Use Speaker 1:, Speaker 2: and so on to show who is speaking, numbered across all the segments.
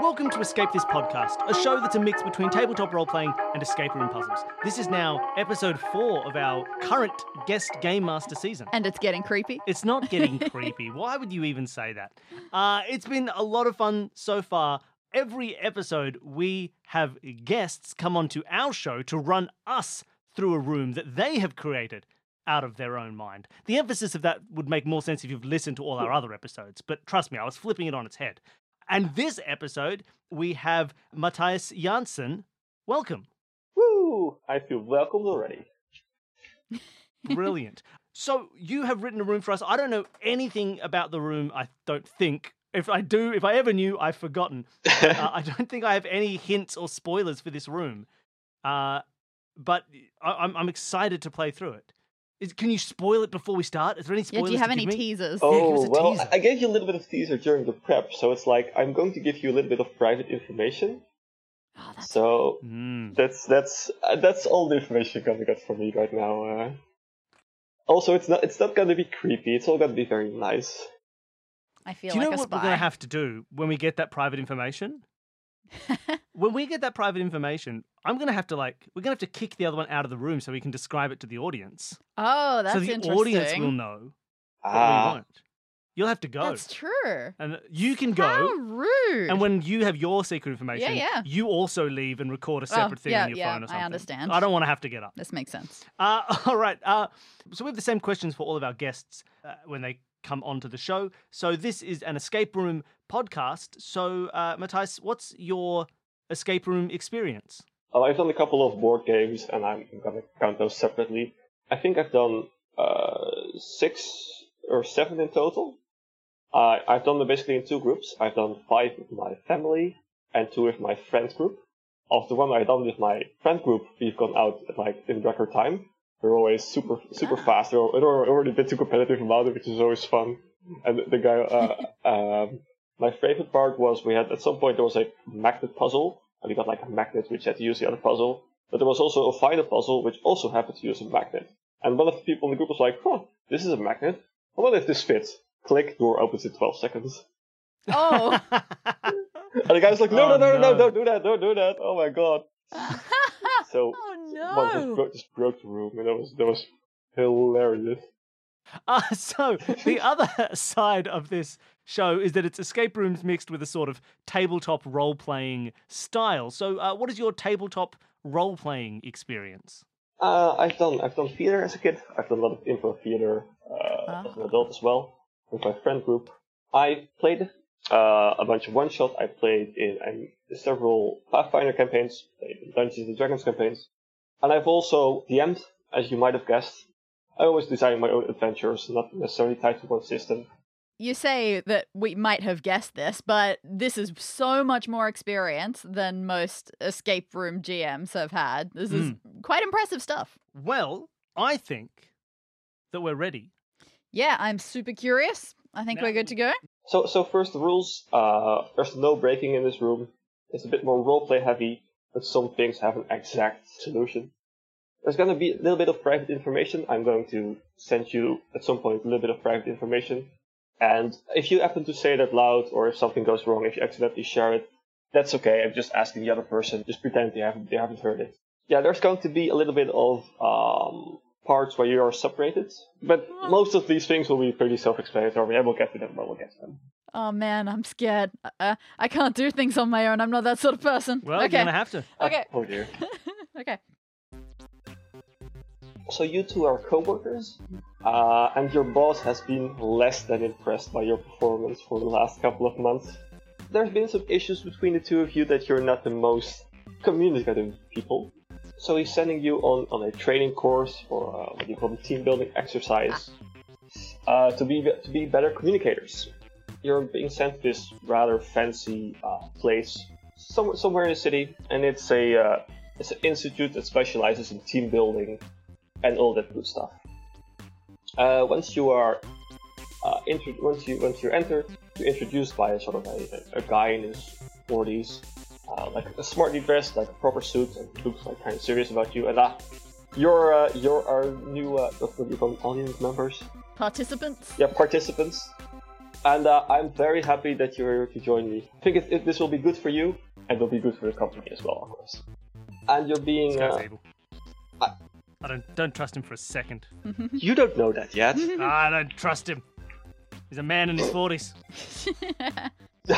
Speaker 1: Welcome to Escape This Podcast, a show that's a mix between tabletop role playing and escape room puzzles. This is now episode four of our current guest game master season.
Speaker 2: And it's getting creepy.
Speaker 1: It's not getting creepy. Why would you even say that? Uh, it's been a lot of fun so far. Every episode, we have guests come onto our show to run us through a room that they have created out of their own mind. The emphasis of that would make more sense if you've listened to all our other episodes, but trust me, I was flipping it on its head. And this episode, we have Matthias Janssen. Welcome.
Speaker 3: Woo! I feel welcomed already.
Speaker 1: Brilliant. so you have written a room for us. I don't know anything about the room. I don't think. If I do, if I ever knew, I've forgotten. uh, I don't think I have any hints or spoilers for this room. Uh, but I, am I'm excited to play through it. Is, can you spoil it before we start? Is there any
Speaker 2: Yeah,
Speaker 1: spoilers?
Speaker 2: do you have
Speaker 1: to
Speaker 2: any
Speaker 1: give me?
Speaker 2: teasers?
Speaker 1: give us
Speaker 3: Oh,
Speaker 1: a
Speaker 3: well,
Speaker 1: teaser.
Speaker 3: I gave you a little bit of teaser during the prep, so it's like I'm going to give you a little bit of private information.
Speaker 2: Oh, that's
Speaker 3: So
Speaker 1: Mm.
Speaker 3: that's that's uh, that's all the information you're gonna get from me right now. Uh. Also, it's not it's not gonna be creepy. It's all gonna be very nice.
Speaker 2: I
Speaker 1: Do
Speaker 2: feel
Speaker 1: you know
Speaker 2: like a
Speaker 1: what
Speaker 2: spy.
Speaker 1: we're going to have to do when we get that private information? when we get that private information, I'm going to have to like we're going to have to kick the other one out of the room so we can describe it to the audience.
Speaker 2: oh, that's
Speaker 1: so the
Speaker 2: interesting.
Speaker 1: audience will know. but we
Speaker 3: Ah,
Speaker 1: won't. You'll have to go.
Speaker 2: That's true.
Speaker 1: and you can
Speaker 2: How
Speaker 1: go.
Speaker 2: rude.
Speaker 1: And when you have your secret information,
Speaker 2: yeah.
Speaker 1: you also leave and record a
Speaker 2: Well,
Speaker 1: separate thing
Speaker 2: yeah,
Speaker 1: on your
Speaker 2: yeah,
Speaker 1: phone or
Speaker 2: I
Speaker 1: something.
Speaker 2: understand.
Speaker 1: I don't want to have to get up.
Speaker 2: this makes sense.
Speaker 1: Uh, all right. Uh, so we have the same questions for all of our guests uh, when they come onto the show. So this is an escape room podcast. So uh, Matthias, what's your escape room experience?
Speaker 3: well, Uh, I've done a couple of board games, and I'm, I'm gonna count those separately. I think I've done uh, six or seven in total. I I've done them basically in two groups. I've done five with my family and two with my friends group. Of the one I've done with my friend group, we've gone out at, like in record time. We're always super super
Speaker 2: Ah.
Speaker 3: fast. We're, al- we're already a bit too competitive about it, which is always fun. And the, the guy, uh, um, my favorite part was we had at some point there was a magnet puzzle, and we got like a magnet which had to use the other puzzle. But there was also a final puzzle which also happened to use a magnet. And one of the people in the group was like, "Huh, this is a magnet. I wonder if this fits." Click, door opens in 12 seconds.
Speaker 2: Oh.
Speaker 3: And the guy was like, no,
Speaker 1: Oh,
Speaker 3: no, no, no,
Speaker 1: no.
Speaker 3: no, don't do that, don't do that. Oh my god.
Speaker 2: oh
Speaker 3: So, one just
Speaker 2: no.
Speaker 3: broke, just broke the room, and that was, that was hilarious.
Speaker 1: Uh, so the other side of this show is that it's escape rooms mixed with a sort of tabletop role playing style. So, uh, what is your tabletop role playing experience?
Speaker 3: Uh, I've done, I've done theater as a kid. I've done a lot of improv theater uh, as an
Speaker 2: Ah.
Speaker 3: adult as well with my friend group. I played uh, a bunch of one shot. I played in um, several Pathfinder campaigns, played in Dungeons and Dragons campaigns, and I've also DM'd, as you might have guessed. I always design my own adventures, not necessarily tied to one system.
Speaker 2: You say that we might have guessed this, but this is so much more experience than most escape room GMs have had. This is
Speaker 1: Hmm.
Speaker 2: quite impressive stuff.
Speaker 1: Well, I think that we're ready.
Speaker 2: Yeah, I'm super curious. I think
Speaker 1: Now-
Speaker 2: we're good to go.
Speaker 3: So, so first the rules. Uh, there's no breaking in this room. It's a bit more roleplay heavy, but some things have an exact solution. There's gonna be a little bit of private information. I'm going to send you at some point a little bit of private information. And if you happen to say it out loud, or if something goes wrong, if you accidentally share it, that's okay. I'm just asking the other person. Just pretend they haven't they haven't heard it. Yeah, there's going to be a little bit of um, parts where you are separated, but most of these things will be pretty self-explanatory. And we'll get to them when we get to them.
Speaker 2: Oh man, I'm scared. Uh, I can't do things on my own. I'm not that sort of person.
Speaker 1: Well,
Speaker 2: okay.
Speaker 1: you're going to have to.
Speaker 3: Uh,
Speaker 2: Okay.
Speaker 3: oh dear.
Speaker 2: okay.
Speaker 3: So you two are co-workers, uh, and your boss has been less than impressed by your performance for the last couple of months. There's been some issues between the two of you that you're not the most communicative people. So he's sending you on, on a training course or uh, what do you call it, team building exercise uh, to be to be better communicators. You're being sent to this rather fancy uh, place some, somewhere in the city, and it's a uh, it's an institute that specializes in team building and all that good stuff. Uh, once you are uh, intro- once you once you enter, you're introduced by a sort of a, a guy in his 40s, uh, like a smartly dressed, like a proper suit, and looks like kind of serious about you. And ah, you're uh, you're our new uh, what do you call them, audience members?
Speaker 2: Participants.
Speaker 3: Yeah, participants. And uh, I'm very happy that you're here to join me. I think it, it, this will be good for you, and it'll be good for the company as well, of course. And you're being.
Speaker 1: This guy's
Speaker 3: uh,
Speaker 1: evil.
Speaker 3: I-
Speaker 1: I don't don't trust him for a second. Ah,
Speaker 3: you don't know that yet.
Speaker 1: I don't trust him. He's a man in his forties.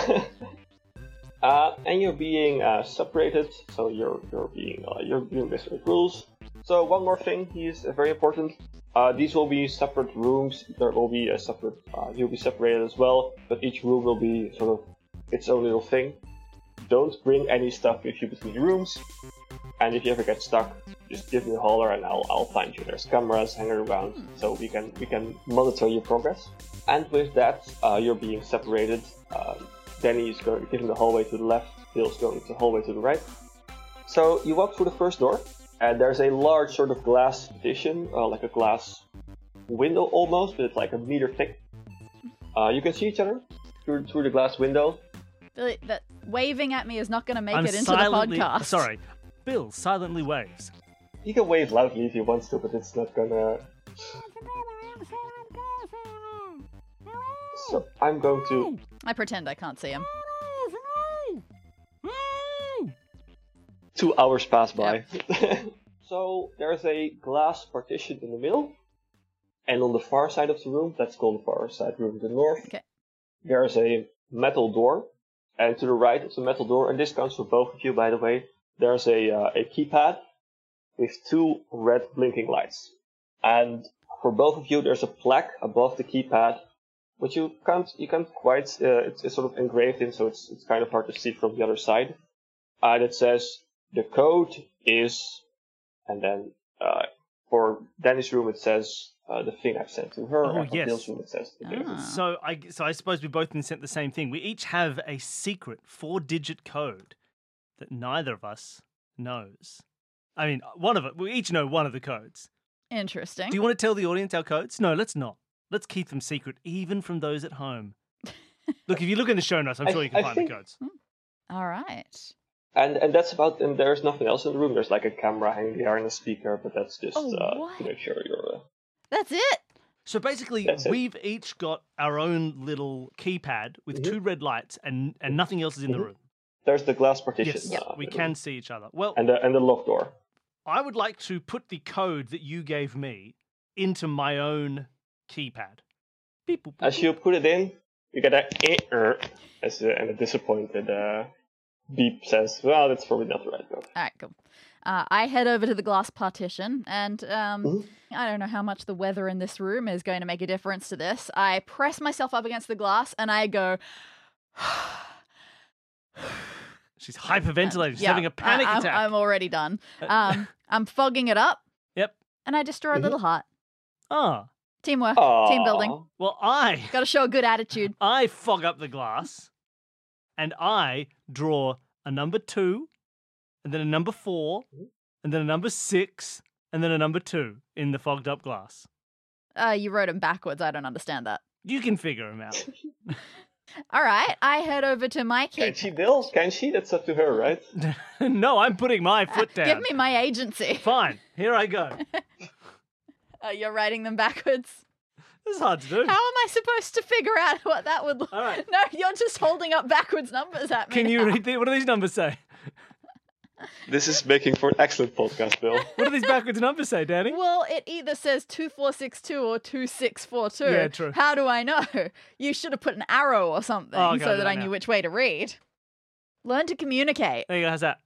Speaker 3: uh, and you're being uh, separated, so you're you're being uh, you're doing this with rules. So one more thing is uh, very important. Uh, these will be separate rooms. There will be a separate. Uh, you'll be separated as well, but each room will be sort of its own little thing. Don't bring any stuff with you between rooms. And if you ever get stuck, just give me a holler and I'll, I'll find you. There's cameras hanging around, so we can we can monitor your progress. And with that, uh, you're being separated. Um Danny is going giving the hallway to the left. Phil's going to the hallway to the right. So you walk through the first door, and there's a large sort of glass partition, uh, like a glass window almost, but it's like a meter thick. Uh, you can see each other through, through the glass window.
Speaker 2: Billy, that waving at me is not going to make
Speaker 1: I'm
Speaker 2: it into
Speaker 1: silently
Speaker 2: the podcast.
Speaker 1: sorry. Bill silently waves.
Speaker 3: He can wave loudly if he wants to, but it's not gonna. So I'm going to.
Speaker 2: I pretend I can't see him. Mm-hmm.
Speaker 3: Two hours pass by. so there's a glass partition in the middle, and on the far side of the room, that's called the far side room to the north.
Speaker 2: Okay.
Speaker 3: There's a metal door, and to the right of the metal door, and this counts for both of you, by the way. There's a uh, a keypad with two red blinking lights, and for both of you, there's a plaque above the keypad, which you can't you can't quite. Uh, it's, it's sort of engraved in, so it's it's kind of hard to see from the other side. And it says the code is, and then uh, for Danny's room it says uh, the thing I've sent to her.
Speaker 1: Oh,
Speaker 3: and for
Speaker 1: yes.
Speaker 3: Bill's room it says the thing I've
Speaker 2: Ah.
Speaker 1: So I so I suppose we both been sent the same thing. We each have a secret four-digit code that neither of us knows. I mean, uh, one of it. We each know one of the codes.
Speaker 2: Interesting.
Speaker 1: Do you want to tell the audience our codes? No, let's not. Let's keep them secret, even from those at home. Look, if you look in the show notes, I'm
Speaker 3: I-
Speaker 1: sure you can
Speaker 3: I
Speaker 1: find
Speaker 3: think-
Speaker 1: the codes.
Speaker 2: All right.
Speaker 3: And and that's about. And there's nothing else in the room. There's like a camera hanging there and a speaker, but that's just
Speaker 2: Oh,
Speaker 3: uh,
Speaker 2: what?
Speaker 3: to make sure you're. Uh,
Speaker 2: That's it.
Speaker 1: So basically,
Speaker 3: That's it.
Speaker 1: we've each got our own little keypad with
Speaker 3: Mhm.
Speaker 1: two red lights, and and nothing else is in the
Speaker 3: Mhm.
Speaker 1: room.
Speaker 3: there's the glass partition.
Speaker 1: Yes,
Speaker 3: uh,
Speaker 1: we
Speaker 3: in the
Speaker 1: can
Speaker 3: room.
Speaker 1: see each other. Well,
Speaker 3: And the and the locked door.
Speaker 1: I would like to put the code that you gave me into my own keypad. Beep, boop, boop,
Speaker 3: As you put it in, you get a eh, er, as uh, and a disappointed uh, beep says, "Well, that's probably not the right code."
Speaker 2: All right, cool. Uh, I head over to the glass partition, and um,
Speaker 3: Mhm.
Speaker 2: I don't know how much the weather in this room is going to make a difference to this. I press myself up against the glass, and I go.
Speaker 1: She's hyperventilating. She's
Speaker 2: Yeah,
Speaker 1: having a panic
Speaker 2: I, I'm-
Speaker 1: attack.
Speaker 2: I'm already done. Um, I'm fogging it up.
Speaker 1: Yep.
Speaker 2: And I destroy a
Speaker 3: Mhm.
Speaker 2: little heart.
Speaker 1: ah,
Speaker 2: Teamwork, team building.
Speaker 3: Aw.
Speaker 1: well, I
Speaker 2: Got to show a good attitude.
Speaker 1: I fog up the glass, and I draw a number two, and then a number four, and then a number six, and then a number two in the fogged up glass.
Speaker 2: Uh, you wrote him backwards. I don't understand that.
Speaker 1: You can figure them out.
Speaker 2: All right, I head over to my
Speaker 3: Can
Speaker 2: keypad.
Speaker 3: she, Bill? Can she? That's up to her, right?
Speaker 1: no, I'm putting my foot down.
Speaker 2: Give me my agency.
Speaker 1: Fine, here I go.
Speaker 2: Uh, you're writing them backwards.
Speaker 1: This is hard to do.
Speaker 2: How am I supposed to figure out what that would look?
Speaker 1: All right.
Speaker 2: No, you're just holding up backwards numbers at me.
Speaker 1: Can you
Speaker 2: now.
Speaker 1: read the, what do these numbers say?
Speaker 3: This is making for an excellent podcast, Bill.
Speaker 1: What do these backwards numbers say, Danny?
Speaker 2: Well, it either says 2462 or 2642.
Speaker 1: Yeah, true.
Speaker 2: How do I know? You should have put an arrow or something
Speaker 1: Oh, okay, I'll
Speaker 2: so
Speaker 1: do
Speaker 2: that
Speaker 1: that
Speaker 2: I knew
Speaker 1: now.
Speaker 2: which way to read. Learn to communicate.
Speaker 1: There you go. How's that?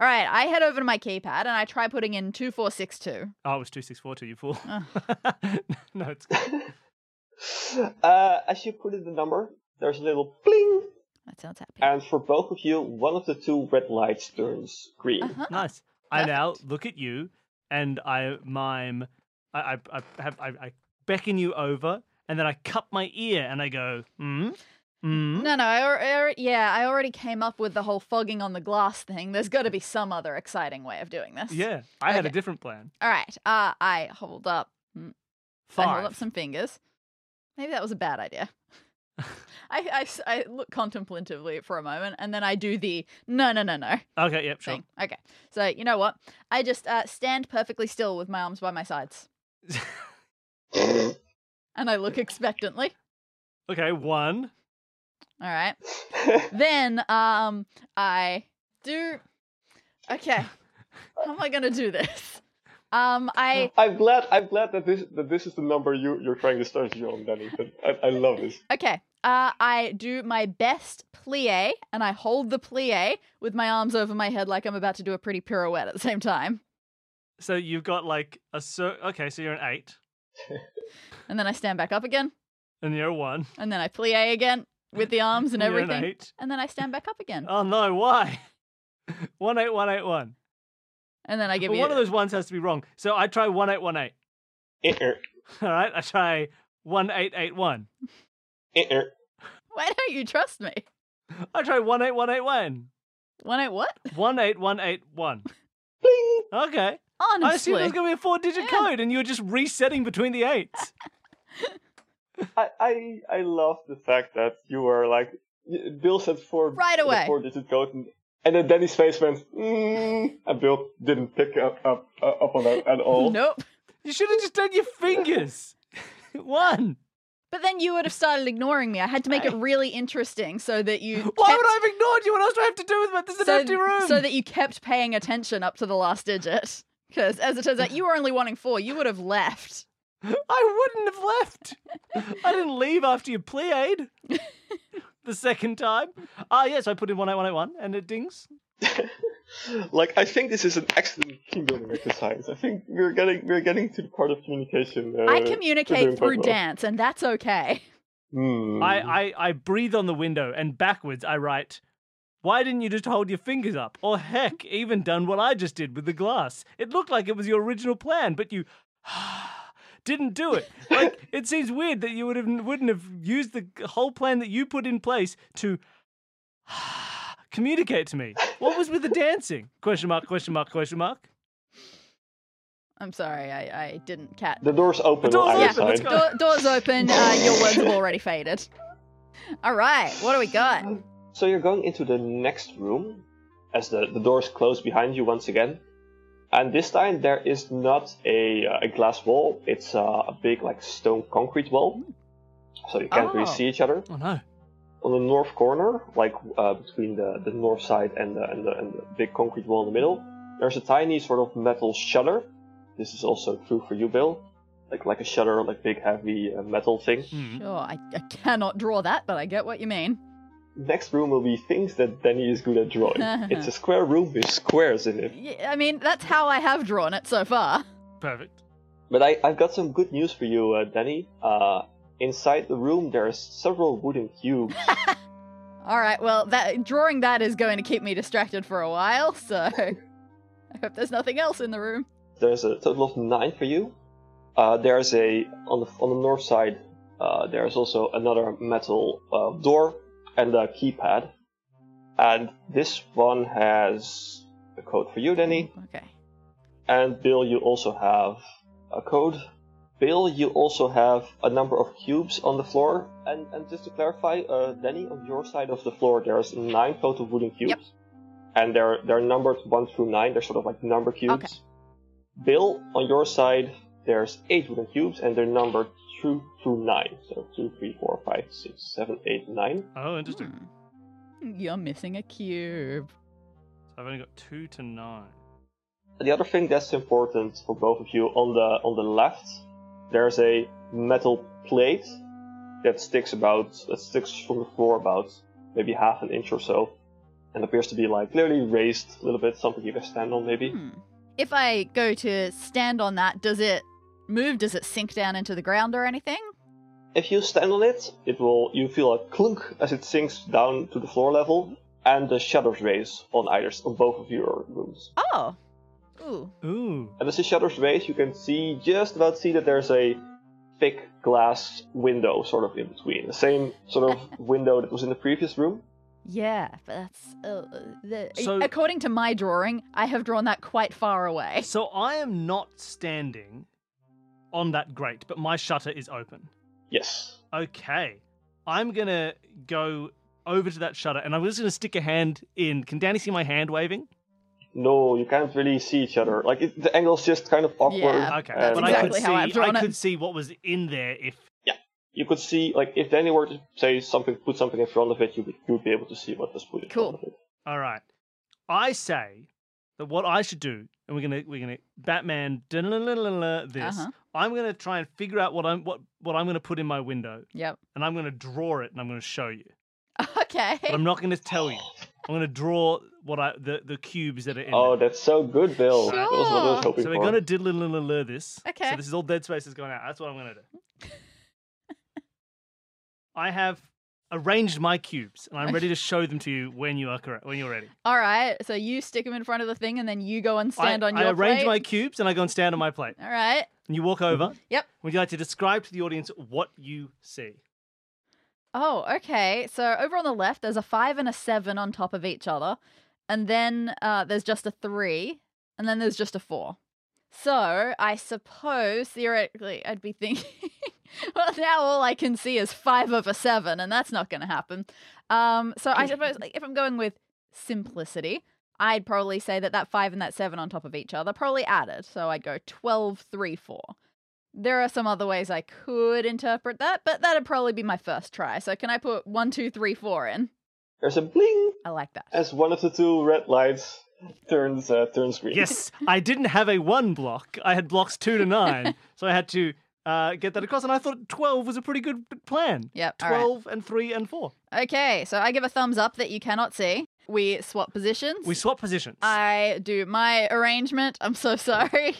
Speaker 2: All right, I head over to my keypad and I try putting in 2462.
Speaker 1: Oh, it was two six four two. You fool.
Speaker 2: Ugh.
Speaker 1: no, it's good.
Speaker 3: Uh, as you put in the number, there's a little bling,
Speaker 2: That sounds happy.
Speaker 3: and for both of you, one of the two red lights turns green.
Speaker 2: Uh-huh.
Speaker 1: nice. I now
Speaker 2: Perfect.
Speaker 1: look at you, and I mime. I I, I have I, I beckon you over, and then I cup my ear and I go hmm hmm.
Speaker 2: No, no, I, al- I, al- yeah, I already came up with the whole fogging on the glass thing. There's got to be some other exciting way of doing this.
Speaker 1: Yeah, I had a
Speaker 2: Okay.
Speaker 1: different plan.
Speaker 2: All right, uh, I hold up I hold
Speaker 1: Five.
Speaker 2: up some fingers. Maybe that was a bad idea. I, I s- I look contemplatively for a moment and then I do the no, no, no, no
Speaker 1: Okay. Yep. Sure.
Speaker 2: thing. Okay. So, you know what? I just uh, stand perfectly still with my arms by my sides
Speaker 3: That's
Speaker 2: Uh-huh. and I look expectantly.
Speaker 1: Okay, one.
Speaker 2: All right. then um I do Okay. How am I gonna do this? Um I
Speaker 3: I'm glad. I'm glad that this that this is the number you you're trying to start you on, Danny. But I, I love this.
Speaker 2: okay. Uh I do my best plie and I hold the plie with my arms over my head like I'm about to do a pretty pirouette at the same time.
Speaker 1: So you've got like a so. Okay, so you're an eight,
Speaker 2: And then I stand back up again
Speaker 1: and you're a one,
Speaker 2: and then I plie again with the arms and
Speaker 1: you're an
Speaker 2: everything.
Speaker 1: eight.
Speaker 2: And then I stand back up again.
Speaker 1: Oh no, why? One eight one eight one.
Speaker 2: And then I give
Speaker 1: But
Speaker 2: you
Speaker 1: one of those ones has to be wrong. So I try one eight one eight.
Speaker 3: Eh-er,
Speaker 1: All right, I try one eight eight one.
Speaker 3: eh-er.
Speaker 2: Why don't you trust me?
Speaker 1: I try one eight one eight one.
Speaker 2: One eight what?
Speaker 1: One eight one eight one.
Speaker 3: Bling.
Speaker 1: Okay. I
Speaker 2: Honestly.
Speaker 1: assumed there was going to be a four digit
Speaker 2: Yeah.
Speaker 1: code and you were just resetting between the eights.
Speaker 3: I I I love the fact that you were like y- Bill said four
Speaker 2: Right
Speaker 3: the
Speaker 2: away.
Speaker 3: four digit code, and, and then Danny's face went mm, and Bill didn't pick up up uh, up on that at all.
Speaker 2: Nope.
Speaker 1: You should have just done your fingers. One.
Speaker 2: But then you would have started ignoring me. I had to make it really interesting so that you kept,
Speaker 1: Why would I have ignored you? What else do I have to do with it? This is
Speaker 2: so,
Speaker 1: an empty room.
Speaker 2: so that you kept paying attention up to the last digit. Because as it turns out, you were only wanting four. You would have left.
Speaker 1: I wouldn't have left. I didn't leave after you plied the second time. Ah, yes, I put in 18181 and it dings.
Speaker 3: like I think this is an excellent team building exercise. I think we're getting we're getting to the part of communication. Uh,
Speaker 2: I
Speaker 3: we're doing
Speaker 2: communicate
Speaker 3: quite
Speaker 2: through
Speaker 3: well.
Speaker 2: dance, and that's okay.
Speaker 3: Hmm.
Speaker 1: I, I, I breathe on the window and backwards I write, Why didn't you just hold your fingers up? Or heck, even done what I just did with the glass. It looked like it was your original plan, but you didn't do it. Like, it seems weird that you would have, wouldn't have used the whole plan that you put in place to communicate to me. What was with the dancing? Question mark, question mark, question mark.
Speaker 2: I'm sorry, I, I didn't catch.
Speaker 3: The door's open
Speaker 1: The
Speaker 3: on
Speaker 1: door's
Speaker 3: either
Speaker 1: open, let's
Speaker 3: side.
Speaker 1: go.
Speaker 2: Door, doors open. Uh, your words have already faded. All right, what do we got?
Speaker 3: So you're going into the next room as the, the doors close behind you once again. And this time there is not a, uh, a glass wall, it's uh, a big like stone concrete wall. So you can't really
Speaker 2: Oh.
Speaker 3: see each other.
Speaker 1: Oh no.
Speaker 3: On the north corner, like uh, between the, the north side and the, and, the, and the big concrete wall in the middle, there's a tiny sort of metal shutter. This is also true for you, Bill. Like like a shutter, like big heavy uh, metal thing.
Speaker 1: Hmm.
Speaker 2: Sure, Oh, I, I cannot draw that, but I get what you mean.
Speaker 3: Next room will be things that Danny is good at drawing. it's a square room with squares in it.
Speaker 2: Yeah, I mean, that's how I have drawn it so far.
Speaker 1: Perfect.
Speaker 3: But I, I've got some good news for you, uh, Danny. Uh, inside the room, there's several wooden cubes.
Speaker 2: All right, well, that drawing that is going to keep me distracted for a while, so I hope there's nothing else in the room.
Speaker 3: there's a total of nine for you. Uh, there's a on the on the north side. Uh, there's also another metal uh, door and a keypad. And this one has a code for you, Danny.
Speaker 2: Okay.
Speaker 3: And Bill, you also have a code. Bill, you also have a number of cubes on the floor. And, and just to clarify, uh, Danny, on your side of the floor, there's nine total wooden cubes.
Speaker 2: Yep.
Speaker 3: And they're, they're numbered one through nine. They're sort of like number cubes.
Speaker 2: Okay.
Speaker 3: Bill, on your side, there's eight wooden cubes, and they're numbered two through nine. So two, three, four, five, six, seven, eight, nine.
Speaker 1: Oh, interesting.
Speaker 2: Hmm. You're missing a cube.
Speaker 1: I've only got two to nine.
Speaker 3: The other thing that's important for both of you on the on the left, there's a metal plate that sticks about that sticks from the floor about maybe half an inch or so, and appears to be like clearly raised a little bit, something you can stand on maybe.
Speaker 2: Hmm. If I go to stand on that, does it move? Does it sink down into the ground or anything?
Speaker 3: If you stand on it, it will you feel a clunk as it sinks down to the floor level, and the shutters raise on either on both of your rooms.
Speaker 2: Oh. Ooh.
Speaker 1: Ooh.
Speaker 3: And as the shutters raise, you can see just about see that there's a thick glass window sort of in between. The same sort of window that was in the previous room.
Speaker 2: Yeah, but that's. Uh, uh, the,
Speaker 1: So-
Speaker 2: according to my drawing, I have drawn that quite far away.
Speaker 1: So I am not standing on that grate, but my shutter is open.
Speaker 3: Yes.
Speaker 1: Okay. I'm going to go over to that shutter and I'm just going to stick a hand in. Can Danny see my hand waving?
Speaker 3: No, you can't really see each other. Like it, the angle's just kind of awkward.
Speaker 2: Yeah,
Speaker 1: Okay.
Speaker 3: and-
Speaker 2: That's
Speaker 1: but I
Speaker 2: exactly
Speaker 1: could see
Speaker 2: how I've drawn
Speaker 1: I
Speaker 2: it.
Speaker 1: could see what was in there if
Speaker 3: Yeah. you could see like if Danny were to say something, put something in front of it, you would, you would be able to see what was put in
Speaker 2: Cool.
Speaker 3: front of it.
Speaker 1: All right. I say that what I should do, and we're gonna we're gonna Batman this.
Speaker 2: Uh-huh.
Speaker 1: I'm gonna try and figure out what I'm what what I'm gonna put in my window,
Speaker 2: Yep.
Speaker 1: and I'm gonna draw it, and I'm gonna show you,
Speaker 2: Okay.
Speaker 1: but I'm not gonna tell you. I'm gonna draw what I the the cubes that are in.
Speaker 3: Oh,
Speaker 1: there.
Speaker 3: that's so good, Bill.
Speaker 2: Sure.
Speaker 3: That was what I was hoping
Speaker 1: So we're
Speaker 3: for.
Speaker 1: gonna diddle this.
Speaker 2: Okay.
Speaker 1: So this is all Dead Space is going out. That's what I'm gonna do. I have arranged my cubes, and I'm ready to show them to you when you are correct. When you're ready.
Speaker 2: All right. So you stick them in front of the thing, and then you go and
Speaker 1: I-
Speaker 2: stand on
Speaker 1: I
Speaker 2: your
Speaker 1: arrange
Speaker 2: plate.
Speaker 1: my cubes, and I go and stand on my plate.
Speaker 2: All right.
Speaker 1: And you walk over.
Speaker 2: Yep.
Speaker 1: Would you like to describe to the audience what you see?
Speaker 2: Oh, okay. So over on the left, there's a five and a seven on top of each other, and then uh, there's just a three, and then there's just a four. So I suppose theoretically, I'd be thinking, well, now all I can see is five over seven, and that's not going to happen. Um, so I suppose like, if I'm going with simplicity, I'd probably say that that five and that seven on top of each other probably added. So I'd go 12, 3, 4. There are some other ways I could interpret that, but that'd probably be my first try. So can I put one, two, three, four in?
Speaker 3: There's a bling
Speaker 2: I like that.
Speaker 3: as one of the two red lights turns uh, turns green.
Speaker 1: Yes, I didn't have a one block. I had blocks two to nine, so I had to uh, get that across. And I thought twelve was a pretty good p- plan.
Speaker 2: Yep. all right.
Speaker 1: Twelve and three and four.
Speaker 2: Okay, so I give a thumbs up that you cannot see. We swap positions.
Speaker 1: We swap positions.
Speaker 2: I do my arrangement. I'm so sorry.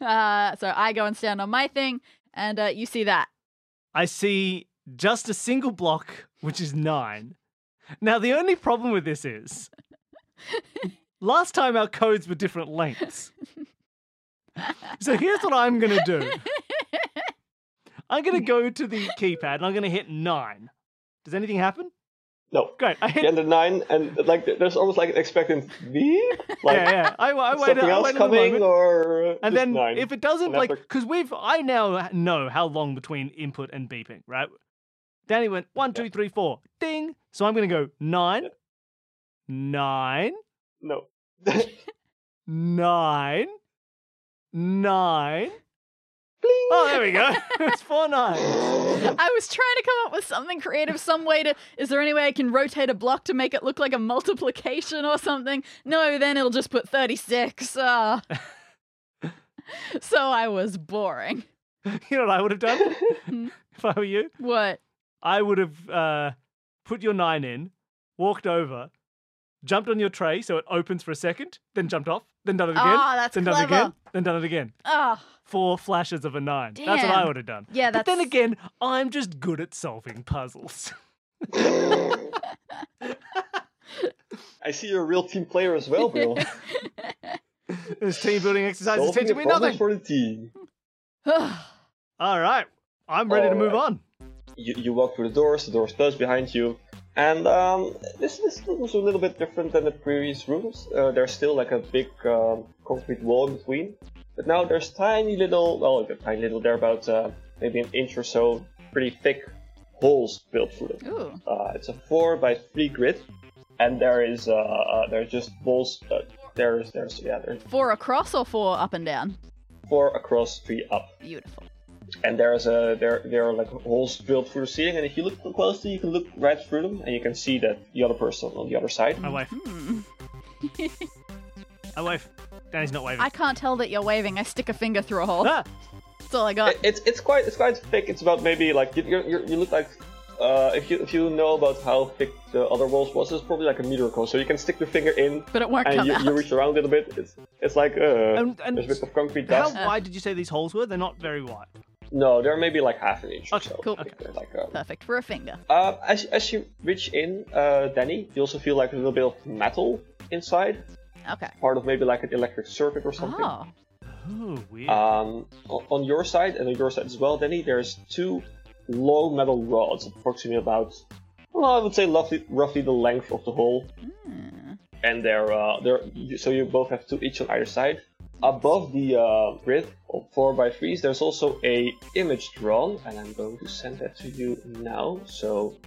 Speaker 2: uh, so I go and stand on my thing, and uh, you see that.
Speaker 1: I see just a single block, which is nine. Now the only problem with this is, last time our codes were different lengths. So here's what I'm gonna do. I'm gonna go to the keypad and I'm gonna hit nine. Does anything happen?
Speaker 3: No.
Speaker 1: Great. I hit
Speaker 3: And the nine, and like there's almost like an expectant beep, like
Speaker 1: yeah, yeah. I, I
Speaker 3: is
Speaker 1: wait.
Speaker 3: something
Speaker 1: I
Speaker 3: else
Speaker 1: wait a
Speaker 3: coming,
Speaker 1: moment.
Speaker 3: or uh,
Speaker 1: and
Speaker 3: just
Speaker 1: then
Speaker 3: nine.
Speaker 1: if it doesn't,
Speaker 3: And that's
Speaker 1: like,
Speaker 3: like-
Speaker 1: because we've, I now know how long between input and beeping, right? Danny went one, two,
Speaker 3: Yeah.
Speaker 1: three, four, ding. So I'm gonna go nine, nine,
Speaker 3: no,
Speaker 1: nine, nine.
Speaker 3: bling.
Speaker 1: Oh, there we go. it's four nines.
Speaker 2: I was trying to come up with something creative, some way to. Is there any way I can rotate a block to make it look like a multiplication or something? No, then it'll just put 36. ah. so I was boring.
Speaker 1: You know what I would have done
Speaker 3: Mm-hmm.
Speaker 1: if I were you?
Speaker 2: What?
Speaker 1: I would have uh, put your nine in, walked over, jumped on your tray so it opens for a second, then jumped off, then done it again,
Speaker 2: Ah, that's
Speaker 1: then done it
Speaker 2: clever.
Speaker 1: again, then done it again.
Speaker 2: Oh,
Speaker 1: Four flashes of a nine. That's what I
Speaker 2: Damn.
Speaker 1: would have done.
Speaker 2: yeah,
Speaker 1: But
Speaker 2: that's.
Speaker 1: then again, I'm just good at solving puzzles.
Speaker 3: I see you're a real team player as well, Bill.
Speaker 1: this team building exercise is
Speaker 3: Solving
Speaker 1: teaching
Speaker 3: the
Speaker 1: me
Speaker 3: problem
Speaker 1: nothing.
Speaker 3: for the team.
Speaker 1: All right, I'm ready to
Speaker 3: All
Speaker 1: move
Speaker 3: right.
Speaker 1: on.
Speaker 3: You, you walk through the doors. The doors close behind you, and um, this this room is a little bit different than the previous rooms. Uh, there's still like a big um, concrete wall in between, but now there's tiny little, well, a tiny little. They're about uh, maybe an inch or so, pretty thick holes built through them.
Speaker 2: Ooh.
Speaker 3: Uh, it's a four by three grid, and there is uh, uh there's just balls. Uh, there's there's yeah there's
Speaker 2: Four across or four up and down?
Speaker 3: four across, three up,
Speaker 2: Beautiful.
Speaker 3: and there's a there there are like holes drilled through the ceiling, and if you look closely, you can look right through them, and you can see that the other person on the other side.
Speaker 1: I wave.
Speaker 2: Hmm.
Speaker 1: I wave. oh, Danny's not waving.
Speaker 2: I can't tell that you're waving. I stick a finger through a hole.
Speaker 1: Ah,
Speaker 2: That's all I got.
Speaker 3: It, it's it's quite it's quite thick. It's about maybe like you you- you you look like. Uh, if you if you know about how thick the other walls was, it's probably like a meter across. So you can stick your finger in,
Speaker 2: But it won't
Speaker 3: and
Speaker 2: come
Speaker 3: you,
Speaker 2: out.
Speaker 3: you reach around a little bit. It's it's like uh,
Speaker 1: and and
Speaker 3: there's a bit of concrete
Speaker 1: how
Speaker 3: dust.
Speaker 1: wide did you say these holes were? They're not very wide.
Speaker 3: No, they're maybe like half an inch. Or
Speaker 1: Okay,
Speaker 3: so.
Speaker 2: cool.
Speaker 3: Like, they're like, um,
Speaker 2: Perfect for a finger.
Speaker 3: uh, as as you reach in, uh, Danny, you also feel like a little bit of metal inside,
Speaker 2: Okay.
Speaker 3: part of maybe like an electric circuit or something.
Speaker 2: Oh.
Speaker 1: Oh, weird.
Speaker 3: Um, o- on your side and on your side as well, Danny, there's two long metal rods, approximately about, well, I would say roughly, roughly the length of the hole,
Speaker 2: Hmm.
Speaker 3: and they're uh, they're so you both have two each on either side. Above the uh, grid of four by threes, there's also a image drawn, and I'm going to send that to you now. So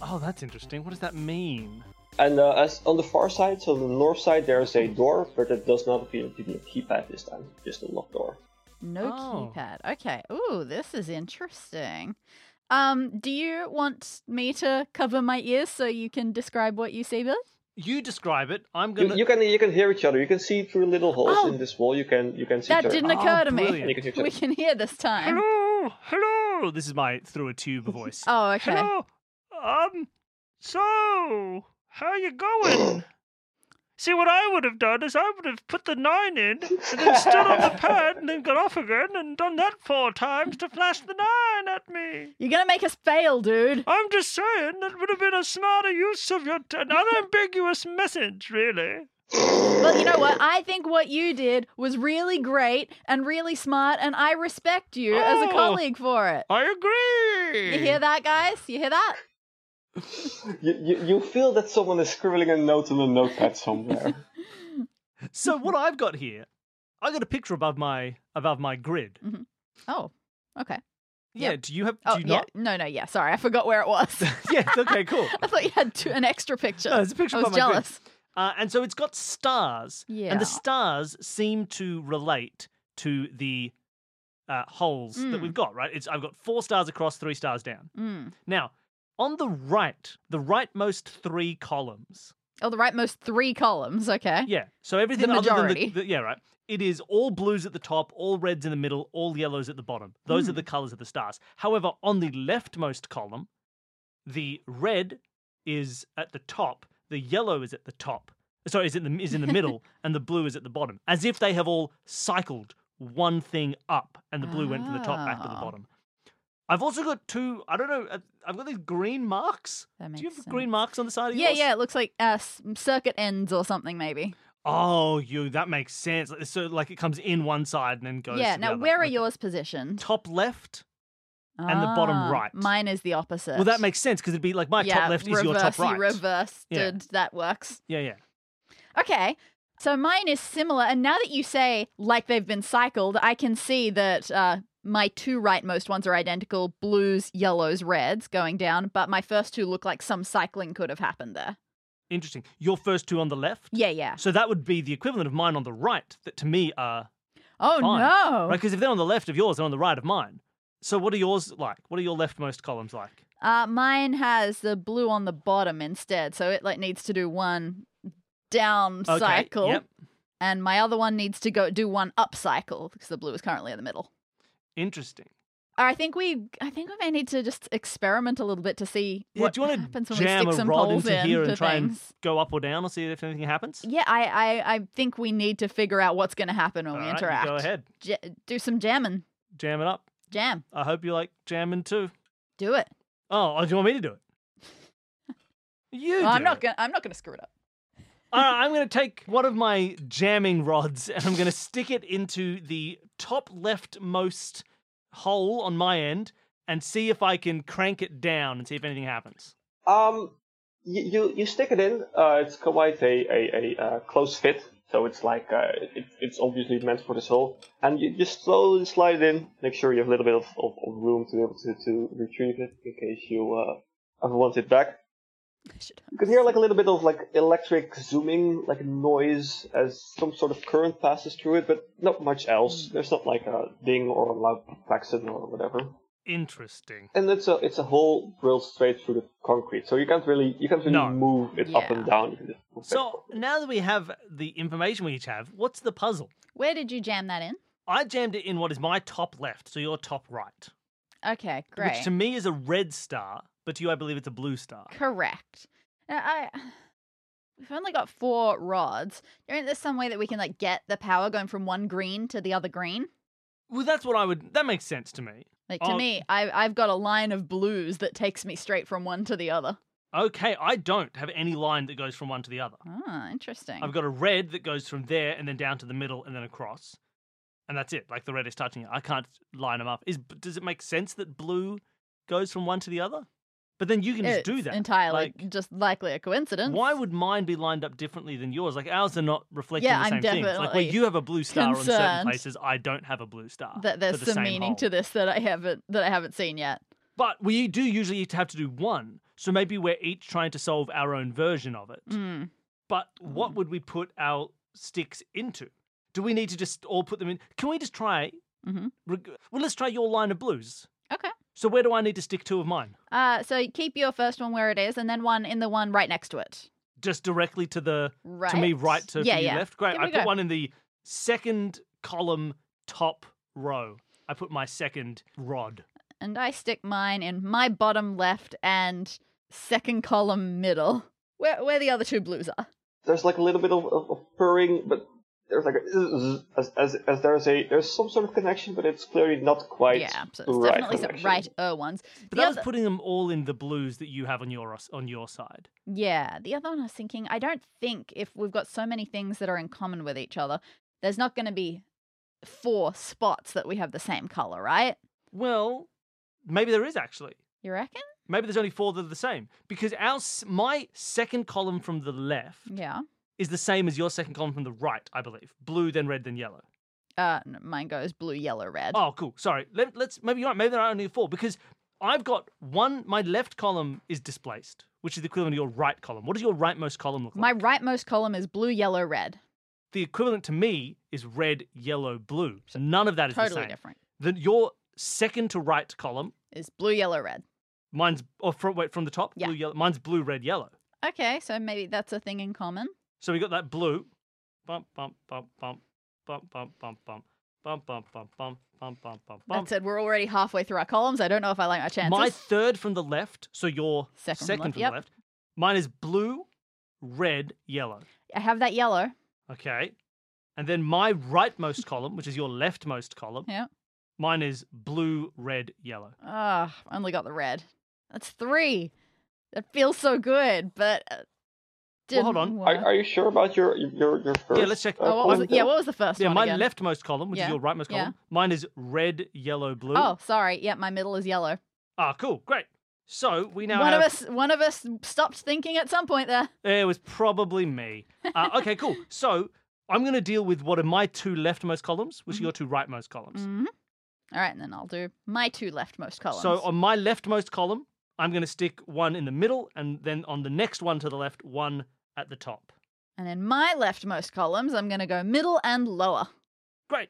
Speaker 1: oh, that's interesting. What does that mean?
Speaker 3: And uh, as on the far side, so the north side, there's a door, but it does not appear to be a keypad this time, just a locked door.
Speaker 2: No
Speaker 1: Oh.
Speaker 2: keypad. Okay. Ooh, this is interesting. Um, do you want me to cover my ears so you can describe what you see, Bill?
Speaker 1: You describe it. I'm
Speaker 3: You,
Speaker 1: gonna.
Speaker 3: you can you can hear each other. You can see through little holes
Speaker 2: Oh.
Speaker 3: in this wall. You can you can see each
Speaker 2: That
Speaker 3: other.
Speaker 2: didn't
Speaker 1: Ah,
Speaker 2: occur to
Speaker 1: brilliant.
Speaker 2: me.
Speaker 3: And you can hear each
Speaker 2: We
Speaker 3: other.
Speaker 2: can hear this time.
Speaker 1: hello, hello. This is my through a tube voice.
Speaker 2: Oh, okay.
Speaker 1: Hello. Um. So, how you going? See, what I would have done is I would have put the nine in, and then stood on the pad, and then got off again, and done that four times to flash the nine at me.
Speaker 2: You're gonna make us fail, dude.
Speaker 1: I'm just saying that would have been a smarter use of your t- an unambiguous message, really.
Speaker 2: Well, you know what? I think what you did was really great and really smart, and I respect you as a
Speaker 1: Oh.
Speaker 2: colleague for it.
Speaker 1: I agree.
Speaker 2: You hear that, guys? You hear that?
Speaker 3: You, you you feel that someone is scribbling a note on a notepad somewhere.
Speaker 1: So what I've got here, I got a picture above my above my grid.
Speaker 2: Oh, okay.
Speaker 1: Yeah.
Speaker 2: Yep.
Speaker 1: Do you have? Do
Speaker 2: Oh,
Speaker 1: you
Speaker 2: yeah.
Speaker 1: not?
Speaker 2: No, no, yeah. Sorry, I forgot where it was.
Speaker 1: yeah. Okay. Cool.
Speaker 2: I thought you had two, an extra picture.
Speaker 1: No, there's a picture
Speaker 2: I
Speaker 1: above
Speaker 2: was
Speaker 1: my grid.
Speaker 2: jealous.
Speaker 1: Uh, and so it's got stars, and
Speaker 2: Yeah.
Speaker 1: the stars seem to relate to the uh, holes that
Speaker 2: Mm.
Speaker 1: we've got. Right? It's I've got four stars across, three stars down.
Speaker 2: Mm.
Speaker 1: Now, on the right, the rightmost three columns.
Speaker 2: Oh, the rightmost three columns. Okay.
Speaker 1: Yeah. So everything other than
Speaker 2: majority.
Speaker 1: the, the yeah right. It is all blues at the top, all reds in the middle, all yellows at the bottom. Those are
Speaker 2: Mm.
Speaker 1: the colors of the stars. However, on the leftmost column, the red is at the top, the yellow is at the top. Sorry, is in the is in the middle, and the blue is at the bottom, as if they have all cycled one thing up, and the blue went from the top back to the
Speaker 2: Ah.
Speaker 1: bottom. I've also got two. I don't know. uh, I've got these green marks.
Speaker 2: That makes
Speaker 1: Do you have
Speaker 2: sense.
Speaker 1: green marks on the side of
Speaker 2: Yeah,
Speaker 1: yours?
Speaker 2: yeah. It looks like uh, s- circuit ends or something, maybe.
Speaker 1: Oh, you. That makes sense. Like, So, like, it comes in one side and then goes. to
Speaker 2: yeah.
Speaker 1: the
Speaker 2: Now,
Speaker 1: other.
Speaker 2: where are
Speaker 1: Okay.
Speaker 2: yours positioned?
Speaker 1: Top left. and the bottom
Speaker 2: Ah,
Speaker 1: right.
Speaker 2: Mine is the opposite.
Speaker 1: Well, that makes sense because it'd be like my
Speaker 2: yeah,
Speaker 1: top left is your top
Speaker 2: reversey,
Speaker 1: right.
Speaker 2: Reversed.
Speaker 1: Yeah.
Speaker 2: That works.
Speaker 1: Yeah, yeah.
Speaker 2: Okay. So mine is similar, and now that you say like they've been cycled, I can see that uh, my two rightmost ones are identical: blues, yellows, reds going down. But my first two look like some cycling could have happened there.
Speaker 1: Interesting. Your first two on the left.
Speaker 2: Yeah, yeah.
Speaker 1: So that would be the equivalent of mine on the right. That to me are
Speaker 2: Oh
Speaker 1: Fine.
Speaker 2: no!
Speaker 1: right because if they're on the left of yours, they're on the right of mine. So what are yours like? What are your leftmost columns like?
Speaker 2: Uh, mine has the blue on the bottom instead, so it like needs to do one down
Speaker 1: Okay,
Speaker 2: cycle,
Speaker 1: Yep.
Speaker 2: and my other one needs to go do one up cycle because the blue is currently in the middle.
Speaker 1: Interesting.
Speaker 2: I think we, I think we may need to just experiment a little bit to see
Speaker 1: Yeah,
Speaker 2: what
Speaker 1: do you wanna
Speaker 2: happens when
Speaker 1: jam
Speaker 2: we
Speaker 1: a
Speaker 2: stick some
Speaker 1: rod
Speaker 2: poles
Speaker 1: into here
Speaker 2: into
Speaker 1: and try and-
Speaker 2: things.
Speaker 1: Go up or down. I'll see if anything happens.
Speaker 2: Yeah, I, I, I think we need to figure out what's going to happen when
Speaker 1: All
Speaker 2: we
Speaker 1: right, you
Speaker 2: interact.
Speaker 1: go ahead.
Speaker 2: J- do some jamming,
Speaker 1: Jam it up.
Speaker 2: jam,
Speaker 1: I hope you like jamming too.
Speaker 2: do it.
Speaker 1: Oh, oh, do you want me to do it? You.
Speaker 2: Well, I'm
Speaker 1: do
Speaker 2: not
Speaker 1: it.
Speaker 2: gonna, I'm not gonna screw it up.
Speaker 1: All right, I'm going to take one of my jamming rods and I'm going to stick it into the top leftmost hole on my end and see if I can crank it down and see if anything happens.
Speaker 3: Um, you you, you stick it in. Uh, it's quite a a, a uh, close fit, so it's like uh, it, it's obviously meant for this hole. And you just slowly slide it in. Make sure you have a little bit of, of, of room to be able to, to retrieve it in case you uh, ever want it back.
Speaker 2: I should-
Speaker 3: You can hear like a little bit of like electric zooming, like noise as some sort of current passes through it, but not much else. There's not like a ding or a loud klaxon or whatever.
Speaker 1: Interesting.
Speaker 3: And it's a it's a hole drilled straight through the concrete, so you can't really you can't really
Speaker 1: No.
Speaker 3: move it up and
Speaker 2: Yeah.
Speaker 3: down. You can just move it
Speaker 1: So now that we have the information we each have, what's the puzzle?
Speaker 2: Where did you jam that in?
Speaker 1: I jammed it in what is my top left, so your top right,
Speaker 2: Okay, great.
Speaker 1: which to me is a red star, but to you I believe it's a blue star.
Speaker 2: Correct. Now, I we've only got four rods. Isn't there some way that we can like get the power going from one green to the other green?
Speaker 1: Well, that's what I would. That makes sense to me.
Speaker 2: Like to
Speaker 1: Oh.
Speaker 2: me, I, I've got a line of blues that takes me straight from one to the other.
Speaker 1: Okay, I don't have any line that goes from one to the other.
Speaker 2: Ah, interesting.
Speaker 1: I've got a red that goes from there and then down to the middle and then across. And that's it. Like the red is touching it. I can't line them up. Is does it make sense that blue goes from one to the other? But then you can just
Speaker 2: It's
Speaker 1: do that.
Speaker 2: entirely.
Speaker 1: Like,
Speaker 2: just likely a coincidence.
Speaker 1: why would mine be lined up differently than yours? Like ours are not reflecting
Speaker 2: Yeah,
Speaker 1: the same
Speaker 2: I'm
Speaker 1: things. Like where
Speaker 2: definitely
Speaker 1: you have a blue star on certain
Speaker 2: concerned
Speaker 1: places, I don't have a blue star.
Speaker 2: that there's
Speaker 1: for the
Speaker 2: some
Speaker 1: same
Speaker 2: meaning
Speaker 1: hole.
Speaker 2: to this that I haven't that I haven't seen yet?
Speaker 1: But we do usually have to do one. So maybe we're each trying to solve our own version of it.
Speaker 2: Mm.
Speaker 1: But what would we put our sticks into? Do we need to just all put them in? Can we just try?
Speaker 2: Mhm.
Speaker 1: reg- Well, let's try your line of blues.
Speaker 2: Okay.
Speaker 1: So where do I need to stick two of mine?
Speaker 2: Uh, so you keep your first one where it is, and then one in the one right next to it.
Speaker 1: Just directly to the
Speaker 2: Right.
Speaker 1: to me right to
Speaker 2: yeah,
Speaker 1: you
Speaker 2: yeah.
Speaker 1: left. Great.
Speaker 2: Give it
Speaker 1: I
Speaker 2: a
Speaker 1: put
Speaker 2: go.
Speaker 1: one in the second column top row. I put my second rod.
Speaker 2: And I stick mine in my bottom left and second column middle, where where the other two blues are.
Speaker 3: There's like a little bit of, of, of purring, but there's like a zzz, as, as as there's a there's some sort of connection, but it's clearly not quite.
Speaker 2: yeah, so
Speaker 3: the
Speaker 2: it's
Speaker 3: right
Speaker 2: definitely some
Speaker 3: connection.
Speaker 2: right er ones.
Speaker 1: But
Speaker 2: The
Speaker 1: that was
Speaker 2: other-
Speaker 1: putting them all in the blues that you have on your os- on your side.
Speaker 2: Yeah, the other one I was thinking, I don't think if we've got so many things that are in common with each other, there's not going to be four spots that we have the same color, right?
Speaker 1: Well, maybe there is actually.
Speaker 2: You reckon?
Speaker 1: Maybe there's only four that are the same because our s- my second column from the left
Speaker 2: Yeah.
Speaker 1: is the same as your second column from the right, I believe. Blue, then red, then yellow.
Speaker 2: Uh, n- mine goes blue, yellow, red.
Speaker 1: Oh, cool. Sorry. Let, let's maybe you're right. Maybe there are only four because I've got one. My left column is displaced, which is the equivalent of your right column. What does your rightmost column look
Speaker 2: My
Speaker 1: like?
Speaker 2: rightmost column is blue, yellow, red.
Speaker 1: The equivalent to me is red, yellow, blue. So none of that is
Speaker 2: Totally
Speaker 1: the same.
Speaker 2: different.
Speaker 1: Then your second to right column,
Speaker 2: Is blue, yellow, red.
Speaker 1: mine's or from, wait from the top,
Speaker 2: Yeah.
Speaker 1: blue, yellow. Mine's blue, red, yellow.
Speaker 2: Okay, so maybe that's a thing in common.
Speaker 1: So we got that blue. Bump, bump, bump, bump, bump, bump, bump, bump, bump, bump, bump, bump, bump, bump, bump,
Speaker 2: That
Speaker 1: bump.
Speaker 2: said, we're already halfway through our columns. I don't know if I like my chances.
Speaker 1: My third from the left, so your
Speaker 2: Second
Speaker 1: second, from,
Speaker 2: from left,
Speaker 1: the
Speaker 2: yep.
Speaker 1: left. Mine is blue, red, yellow.
Speaker 2: I have that yellow.
Speaker 1: Okay. And then my rightmost column, which is your leftmost column,
Speaker 2: Yeah.
Speaker 1: mine is blue, red, yellow.
Speaker 2: Ah, I only got the red. That's three. That feels so good, but uh,
Speaker 1: Well,
Speaker 2: didn't
Speaker 1: hold on.
Speaker 2: Work.
Speaker 3: Are, are you sure about your your your first?
Speaker 1: let's check.
Speaker 2: oh, what was
Speaker 3: column
Speaker 2: it? Yeah,
Speaker 3: there?
Speaker 2: what was the first
Speaker 1: yeah,
Speaker 2: one
Speaker 1: my
Speaker 2: again?
Speaker 1: leftmost column, which
Speaker 2: Yeah.
Speaker 1: is your rightmost
Speaker 2: Yeah.
Speaker 1: column, mine is red, yellow, blue.
Speaker 2: Oh, sorry. Yeah, my middle is yellow.
Speaker 1: Ah, cool. Great. So we now
Speaker 2: one
Speaker 1: have.
Speaker 2: of us, one of us stopped thinking at some point there.
Speaker 1: It was probably me. Uh, okay, cool. So I'm going to deal with what are my two leftmost columns, which
Speaker 2: Mhm.
Speaker 1: are your two rightmost columns.
Speaker 2: Mhm. All right, and then I'll do my two leftmost columns.
Speaker 1: So uh on my leftmost column, I'm going to stick one in the middle, and then on the next one to the left, one at the top.
Speaker 2: and in my leftmost columns, I'm going to go middle and lower.
Speaker 1: Great.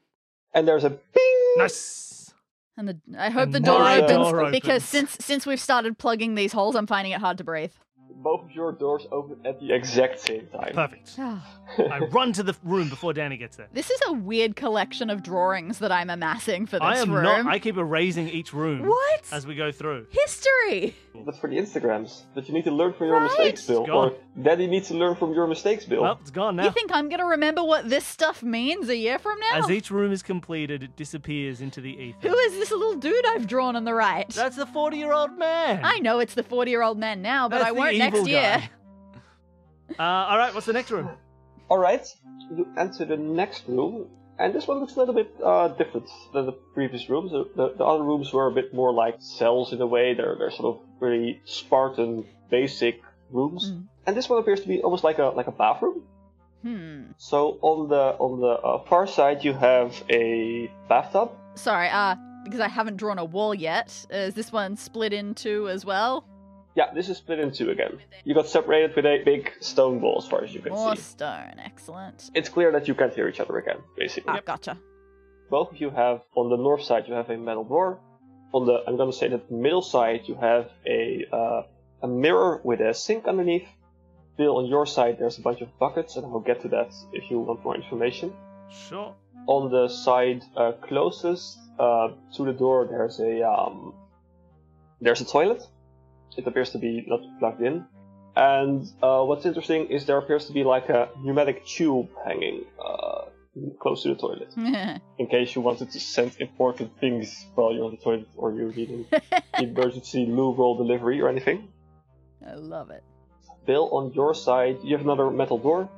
Speaker 3: And there's a ping.
Speaker 1: Nice.
Speaker 2: And the, I hope
Speaker 1: And
Speaker 2: the door
Speaker 3: my
Speaker 2: opens,
Speaker 1: door
Speaker 2: because
Speaker 1: opens.
Speaker 2: since since we've started plugging these holes, I'm finding it hard to breathe.
Speaker 3: Both of your doors open at the exact same time.
Speaker 1: Perfect. I run to the room before Danny gets there.
Speaker 2: This is a weird collection of drawings that I'm amassing for this
Speaker 1: I am
Speaker 2: room.
Speaker 1: not. I keep erasing each room
Speaker 2: What?
Speaker 1: as we go through.
Speaker 2: History.
Speaker 3: That's for the Instagrams. But you need to learn from your mistakes, Bill.
Speaker 1: Go
Speaker 3: Or Daddy needs to learn from your mistakes, Bill.
Speaker 1: Well, it's gone now.
Speaker 2: You think I'm gonna remember what this stuff means a year from now?
Speaker 1: As e- each room is completed, it disappears into the ether.
Speaker 2: Who is this little dude I've drawn on the right?
Speaker 1: That's the 40 year old man.
Speaker 2: I know it's the 40 year old man now, but
Speaker 1: That's
Speaker 2: I
Speaker 1: the
Speaker 2: won't
Speaker 1: evil
Speaker 2: next year.
Speaker 1: guy. Uh, all right, what's the next room?
Speaker 3: Alright, you enter the next room. And this one looks a little bit uh, different than the previous rooms. The, the, the other rooms were a bit more like cells in a way. They're, they're sort of really Spartan, basic rooms.
Speaker 2: Mm.
Speaker 3: And this one appears to be almost like a like a bathroom.
Speaker 2: Hmm.
Speaker 3: So on the on the uh, far side you have a bathtub.
Speaker 2: Sorry, uh, because I haven't drawn a wall yet. Is this one split in two as well?
Speaker 3: Yeah, this is split in two again. You got separated with a big stone wall as far as you can
Speaker 2: More
Speaker 3: see.
Speaker 2: stone. Excellent.
Speaker 3: It's clear that you can't hear each other again, basically.
Speaker 2: Ah, gotcha.
Speaker 3: Both of you have on the north side you have a metal door. On the I'm gonna say that middle side you have a uh, a mirror with a sink underneath. Bill, on your side there's a bunch of buckets, and I'll get to that if you want more information.
Speaker 1: Sure.
Speaker 3: On the side uh, closest uh, to the door there's a um, there's a toilet. It appears to be not plugged in. And uh, what's interesting is there appears to be like a pneumatic tube hanging uh, close to the toilet in case you wanted to send important things while you're on the toilet or you need an emergency loo roll delivery or anything.
Speaker 2: I love it.
Speaker 3: Bill, on your side, you have another metal door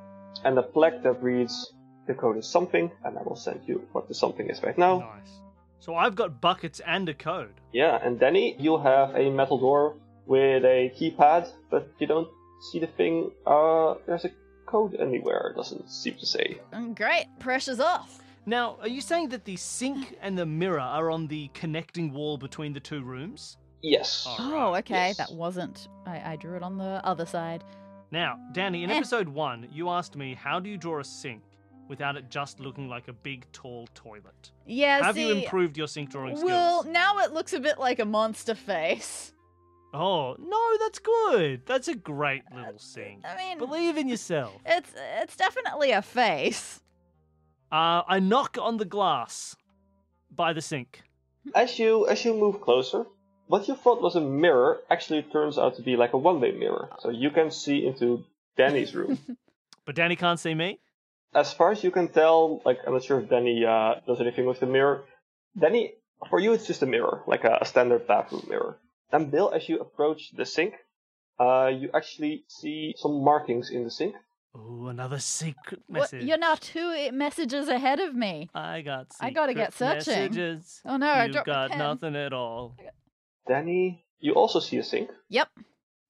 Speaker 3: and a plaque that reads, The code is something, and I will send you what the something is right now.
Speaker 1: Nice. So I've got buckets and a code.
Speaker 3: Yeah, and Danny, you have a metal door with a keypad, but you don't see the thing. Uh, there's a code anywhere, it doesn't seem to say.
Speaker 2: Mm, Great. Pressure's off.
Speaker 1: Now, are you saying that the sink and the mirror are on the connecting wall between the two rooms?
Speaker 3: Yes.
Speaker 1: All
Speaker 2: Oh,
Speaker 1: right.
Speaker 2: okay.
Speaker 3: Yes.
Speaker 2: That wasn't. I, I drew it on the other side.
Speaker 1: Now, Danny, in
Speaker 2: Eh.
Speaker 1: episode one, you asked me, how do you draw a sink? without it just looking like a big tall toilet?
Speaker 2: Yeah,
Speaker 1: Have
Speaker 2: see,
Speaker 1: you improved your sync drawing
Speaker 2: well,
Speaker 1: skills?
Speaker 2: now it looks a bit like a monster face.
Speaker 1: Oh, no, that's good. That's a great little sync.
Speaker 2: I mean,
Speaker 1: Believe in yourself.
Speaker 2: it's it's definitely a face.
Speaker 1: Uh, I knock on the glass by the sink.
Speaker 3: As you as you move closer, what you thought was a mirror actually turns out to be like a one-way mirror. So you can see into Danny's room.
Speaker 1: But Danny can't see me.
Speaker 3: as far as you can tell, like I'm not sure if Danny uh, does anything with the mirror. Danny, for you, it's just a mirror, like a, a standard bathroom mirror. And Bill, as you approach the sink, uh, you actually see some markings in the sink.
Speaker 1: Ooh, another secret
Speaker 2: What,
Speaker 1: message.
Speaker 2: you're now two i- messages ahead of me.
Speaker 1: I got secret
Speaker 2: I gotta get searching.
Speaker 1: Messages.
Speaker 2: Oh no, I
Speaker 1: you
Speaker 2: dropped my
Speaker 1: got
Speaker 2: pen.
Speaker 1: nothing at all.
Speaker 3: Danny, you also see a sink.
Speaker 2: Yep,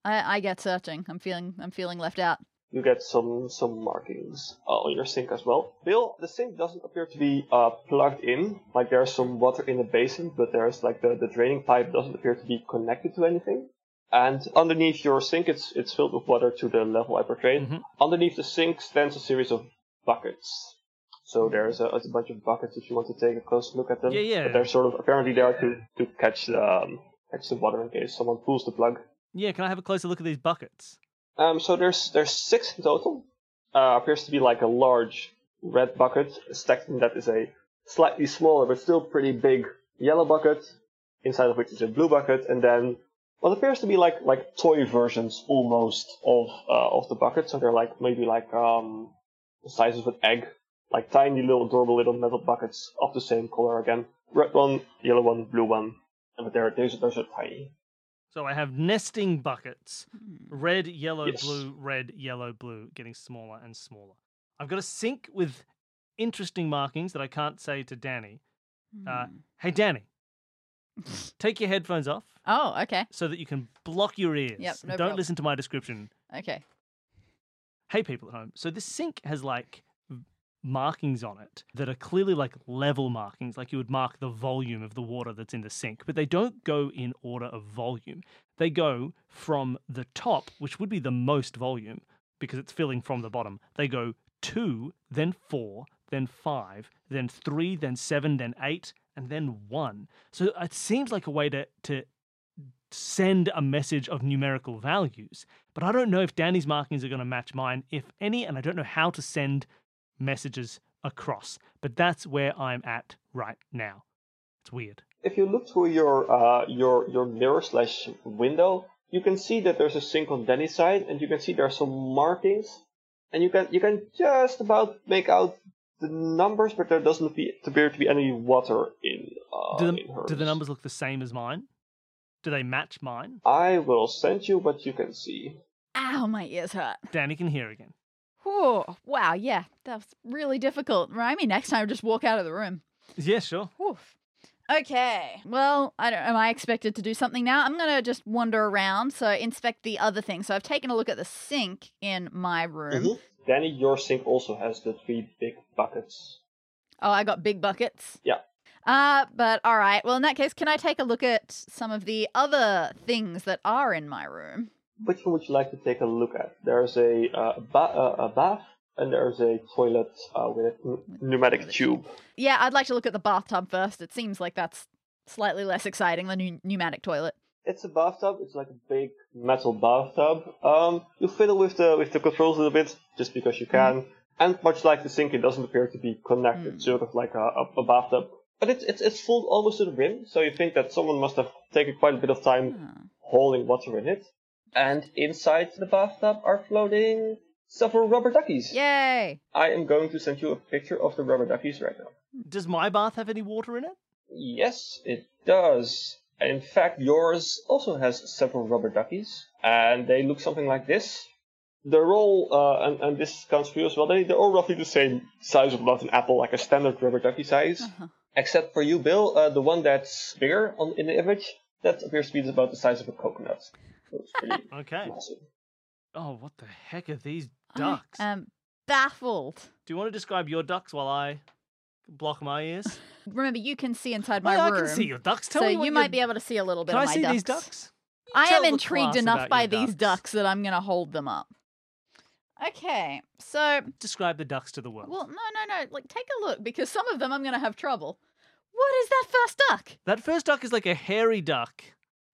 Speaker 2: I, I get searching. I'm feeling I'm feeling left out.
Speaker 3: You get some some markings uh, on your sink as well. Bill, the sink doesn't appear to be uh, plugged in. Like there's some water in the basin, but there's like the, the draining pipe doesn't appear to be connected to anything. And underneath your sink, it's it's filled with water to the level I portrayed.
Speaker 1: Mhm.
Speaker 3: Underneath the sink stands a series of buckets. So there's a, it's a bunch of buckets if you want to take a close look at them.
Speaker 1: Yeah, yeah.
Speaker 3: But they're sort of apparently there to to catch the um, catch the water in case someone pulls the plug.
Speaker 1: Yeah, can I have a closer look at these buckets?
Speaker 3: Um, so there's there's six in total. Uh, appears to be like a large red bucket. Stacked in that is a slightly smaller but still pretty big yellow bucket, inside of which is a blue bucket, and then what appears to be like like toy versions almost of uh, of the bucket. So they're like maybe like um the size of an egg, like tiny little adorable little metal buckets of the same color again. Red one, yellow one, blue one, and but they're those those are tiny.
Speaker 1: So I have nesting buckets. Red, yellow,
Speaker 3: Yes.
Speaker 1: blue, red, yellow, blue, getting smaller and smaller. I've got a sink with interesting markings that I can't say to Danny. Uh,
Speaker 2: Hmm.
Speaker 1: Hey, Danny, take your headphones off
Speaker 2: oh, okay,
Speaker 1: so that you can block your ears.
Speaker 2: Yep,
Speaker 1: and
Speaker 2: no
Speaker 1: Don't
Speaker 2: problem.
Speaker 1: listen to my description.
Speaker 2: okay.
Speaker 1: Hey, people at home. So this sink has like m- markings on it that are clearly like level markings, like you would mark the volume of the water that's in the sink, but they don't go in order of volume. They go from the top, which would be the most volume because it's filling from the bottom. They go two, then four, then five, then three, then seven, then eight, and then one. So it seems like a way to to send a message of numerical values. But I don't know if Danny's markings are going to match mine, if any, and I don't know how to send messages across. But that's where I'm at right now. It's weird.
Speaker 3: if you look through your uh, your your mirror slash window, you can see that there's a sink on Danny's side, and you can see there are some markings, and you can you can just about make out the numbers, but there doesn't appear appear to be any water in uh,
Speaker 1: do,
Speaker 3: in hers.
Speaker 1: the, do the numbers look the same as mine? Do they match mine?
Speaker 3: I will send you what you can see.
Speaker 2: Ow, my ears hurt.
Speaker 1: Danny can hear again.
Speaker 2: Whew, wow, yeah, that was really difficult. Remind me next time, just walk out of the room.
Speaker 1: Yeah, sure.
Speaker 2: Woof. Okay. Well, I don't. Am I expected to do something now? I'm gonna just wander around. So inspect the other thing. So I've taken a look at the sink in my room.
Speaker 3: Mhm. Danny, your sink also has the three big buckets.
Speaker 2: Oh, I got big buckets.
Speaker 3: Yeah.
Speaker 2: Uh, but all right. Well, in that case, can I take a look at some of the other things that are in my room?
Speaker 3: Which one would you like to take a look at? There's a uh, ba- uh, a bath, and there's a toilet uh, with a n- pneumatic
Speaker 2: Toilet.
Speaker 3: tube.
Speaker 2: Yeah, I'd like to look at the bathtub first. It seems like that's slightly less exciting than a pneumatic toilet.
Speaker 3: It's a bathtub. It's like a big metal bathtub. Um, you fiddle with the with the controls a little bit just because you can, and much like the sink, it doesn't appear to be connected,
Speaker 2: Mm.
Speaker 3: sort of like a, a, a bathtub. But it's it's it's full almost to the rim, so you think that someone must have taken quite a bit of time
Speaker 2: Hmm.
Speaker 3: hauling water in it. And inside the bathtub are floating several rubber duckies.
Speaker 2: Yay!
Speaker 3: I am going to send you a picture of the rubber duckies right now.
Speaker 1: Does my bath have any water in it?
Speaker 3: Yes, it does. In fact, yours also has several rubber duckies, and they look something like this. They're all, uh, and, and this counts for you as well, they, they're all roughly the same size of about an apple, like a standard rubber ducky size.
Speaker 2: Uh-huh.
Speaker 3: Except for you, Bill, uh, the one that's bigger on, in the image, that appears to be about the size of a coconut. So it's pretty
Speaker 1: Okay.
Speaker 3: massive.
Speaker 1: Oh, what the heck are these
Speaker 2: I uh
Speaker 1: ducks?
Speaker 2: am baffled.
Speaker 1: Do you want to describe your ducks while I block my ears?
Speaker 2: Remember, you can see inside my
Speaker 1: Oh, yeah,
Speaker 2: room.
Speaker 1: I can see your ducks. Tell
Speaker 2: so
Speaker 1: me
Speaker 2: you
Speaker 1: what
Speaker 2: might
Speaker 1: your-
Speaker 2: be able to see a little bit
Speaker 1: Can
Speaker 2: of
Speaker 1: I
Speaker 2: my
Speaker 1: see
Speaker 2: ducks.
Speaker 1: these ducks?
Speaker 2: I
Speaker 1: Tell
Speaker 2: am
Speaker 1: the
Speaker 2: intrigued
Speaker 1: class
Speaker 2: enough
Speaker 1: about
Speaker 2: by
Speaker 1: your
Speaker 2: these ducks that I'm going to hold them up. Okay, so
Speaker 1: Describe the ducks to the world.
Speaker 2: well, no, no, no. Like, take a look because some of them I'm gonna have trouble. What is that first duck?
Speaker 1: that first duck is like a hairy duck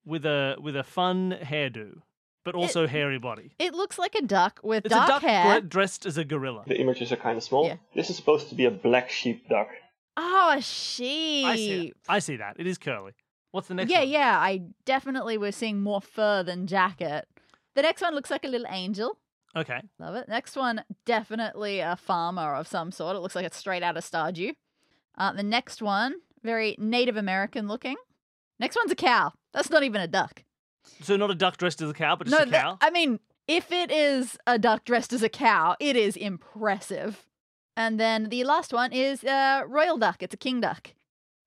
Speaker 1: with a with a fun hairdo, but also hairy body.
Speaker 2: It looks like a duck with
Speaker 1: It's
Speaker 2: dark
Speaker 1: a duck
Speaker 2: hair.
Speaker 1: gre- dressed as a gorilla.
Speaker 3: The images are kind of small.
Speaker 2: Yeah.
Speaker 3: This is supposed to be a black sheep duck.
Speaker 2: Oh, a
Speaker 1: I see.
Speaker 2: sheep.
Speaker 1: I see that. It is curly. What's the next
Speaker 2: yeah,
Speaker 1: one?
Speaker 2: yeah. I definitely was seeing more fur than jacket. The next one looks like a little angel.
Speaker 1: Okay.
Speaker 2: Love it. Next one, definitely a farmer of some sort. It looks like it's straight out of Stardew. Uh, the next one, very Native American looking. Next one's a cow. That's not even a duck.
Speaker 1: So not a duck dressed as a cow, but just a
Speaker 2: that-
Speaker 1: cow.
Speaker 2: I mean, if it is a duck dressed as a cow, it is impressive. And then the last one is uh, royal duck. It's a king duck.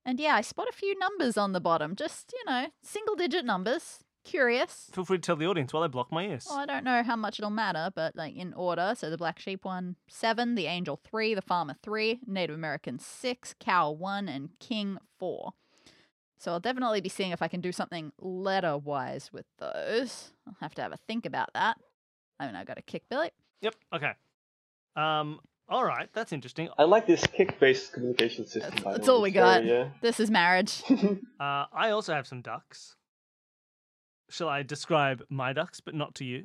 Speaker 2: And yeah, I spot a few numbers on the bottom, just you know, single digit numbers. Curious.
Speaker 1: Feel free to tell the audience while I block my ears.
Speaker 2: Well, Oh, I don't know how much it'll matter, but like in order, so the black sheep one seven, the angel three, the farmer three, Native American six, cow one, and king four. So I'll definitely be seeing if I can do something letter wise with those. I'll have to have a think about that. I mean, I got to kick Billy.
Speaker 1: Yep. Okay. Um. All right. That's interesting.
Speaker 3: I like this kick-based communication system.
Speaker 2: That's-
Speaker 3: by the
Speaker 2: that's
Speaker 3: way.
Speaker 2: all we
Speaker 3: It's very,
Speaker 2: This is marriage.
Speaker 3: uh,
Speaker 1: Uh, I also have some ducks. Shall I describe my ducks, but not to you?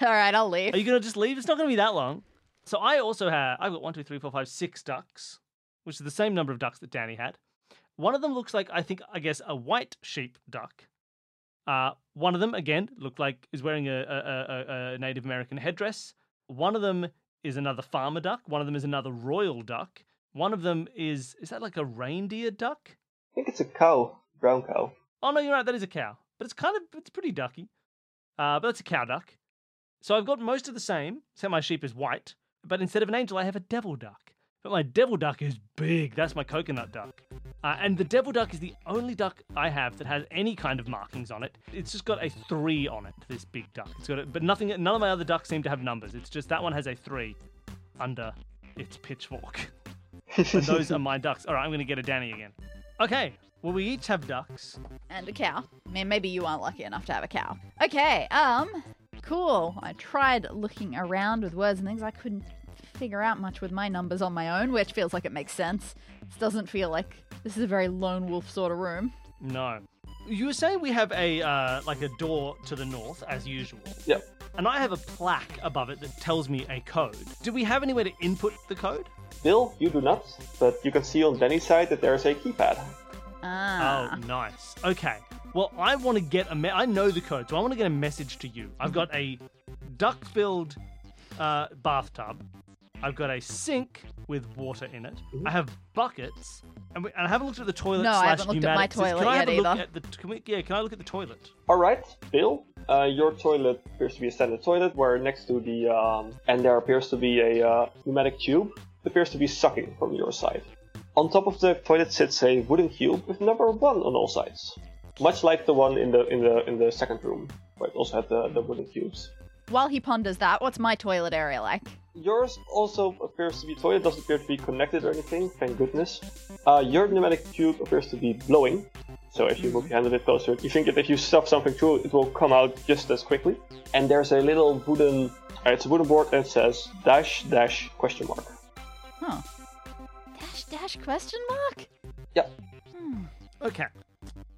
Speaker 2: All right, I'll
Speaker 1: Are you
Speaker 2: leave.
Speaker 1: gonna just leave? It's not gonna be that long. So I also have. I've got one, two, three, four, five, six ducks, which is the same number of ducks that Danny had. One of them looks like I think I guess a white sheep duck. Uh, one of them again looked like is wearing a, a, a- a, a Native American headdress. One of them is another farmer duck. One of them is another royal duck. One of them is is that like a reindeer duck?
Speaker 3: I think it's a cow, brown cow.
Speaker 1: Oh no, you're right. That is a cow, but it's kind of it's pretty ducky. Uh, but that's a cow duck. So I've got most of the same. Except my sheep is white, but instead of an angel, I have a devil duck. But my devil duck is big. That's my coconut duck. Uh, and the devil duck is the only duck I have that has any kind of markings on it. It's just got a three on it. This big duck. It's got it, but nothing. None of my other ducks seem to have numbers. It's just that one has a three under its pitchfork. and those are my ducks. All right, I'm gonna get a Danny again. Okay. Well, we each have ducks.
Speaker 2: And a cow. I mean, maybe you aren't lucky enough to have a cow. Okay, um, cool. I tried looking around with words and things. I couldn't figure out much with my numbers on my own, which feels like it makes sense. This doesn't feel like this is a very lone wolf sort of room.
Speaker 1: No. You were saying we have a uh, like a door to the north as usual.
Speaker 3: Yep.
Speaker 1: And I have a plaque above it that tells me a code. Do we have any way to input the code?
Speaker 3: Bill, you do not, but you can see on Danny's side that there is a keypad.
Speaker 2: Ah.
Speaker 1: Oh, nice. Okay. Well, I want to get a. Me- I know the code, so I want to get a message to you. I've got a duck-filled uh, bathtub. I've got a sink with water in it. I have buckets, and, we- and I haven't looked at the toilet.
Speaker 2: No, I
Speaker 1: slash
Speaker 2: haven't looked at my
Speaker 1: pneumatic system.
Speaker 2: toilet
Speaker 1: can I have
Speaker 2: yet
Speaker 1: a look
Speaker 2: either.
Speaker 1: At the, can we, yeah, can I look at the toilet?
Speaker 3: All right, Bill, uh, your toilet appears to be a standard toilet, where next to the um, and there appears to be a uh, pneumatic tube that appears to be sucking from your side. On top of the toilet sits a wooden cube with number one on all sides, much like the one in the in the in the second room, where it also had the, the wooden cubes.
Speaker 2: While he ponders that, what's my toilet area like?
Speaker 3: Yours also appears to be toilet doesn't appear to be connected or anything, thank goodness. Uh, your pneumatic tube appears to be blowing, so if you move your hand a bit closer, you think that if you stuff something through, it will come out just as quickly. And there's a little wooden, uh, it's a wooden board and it says dash dash question mark.
Speaker 2: Huh. Dash dash question mark?
Speaker 3: Yep.
Speaker 2: Hmm.
Speaker 1: Okay.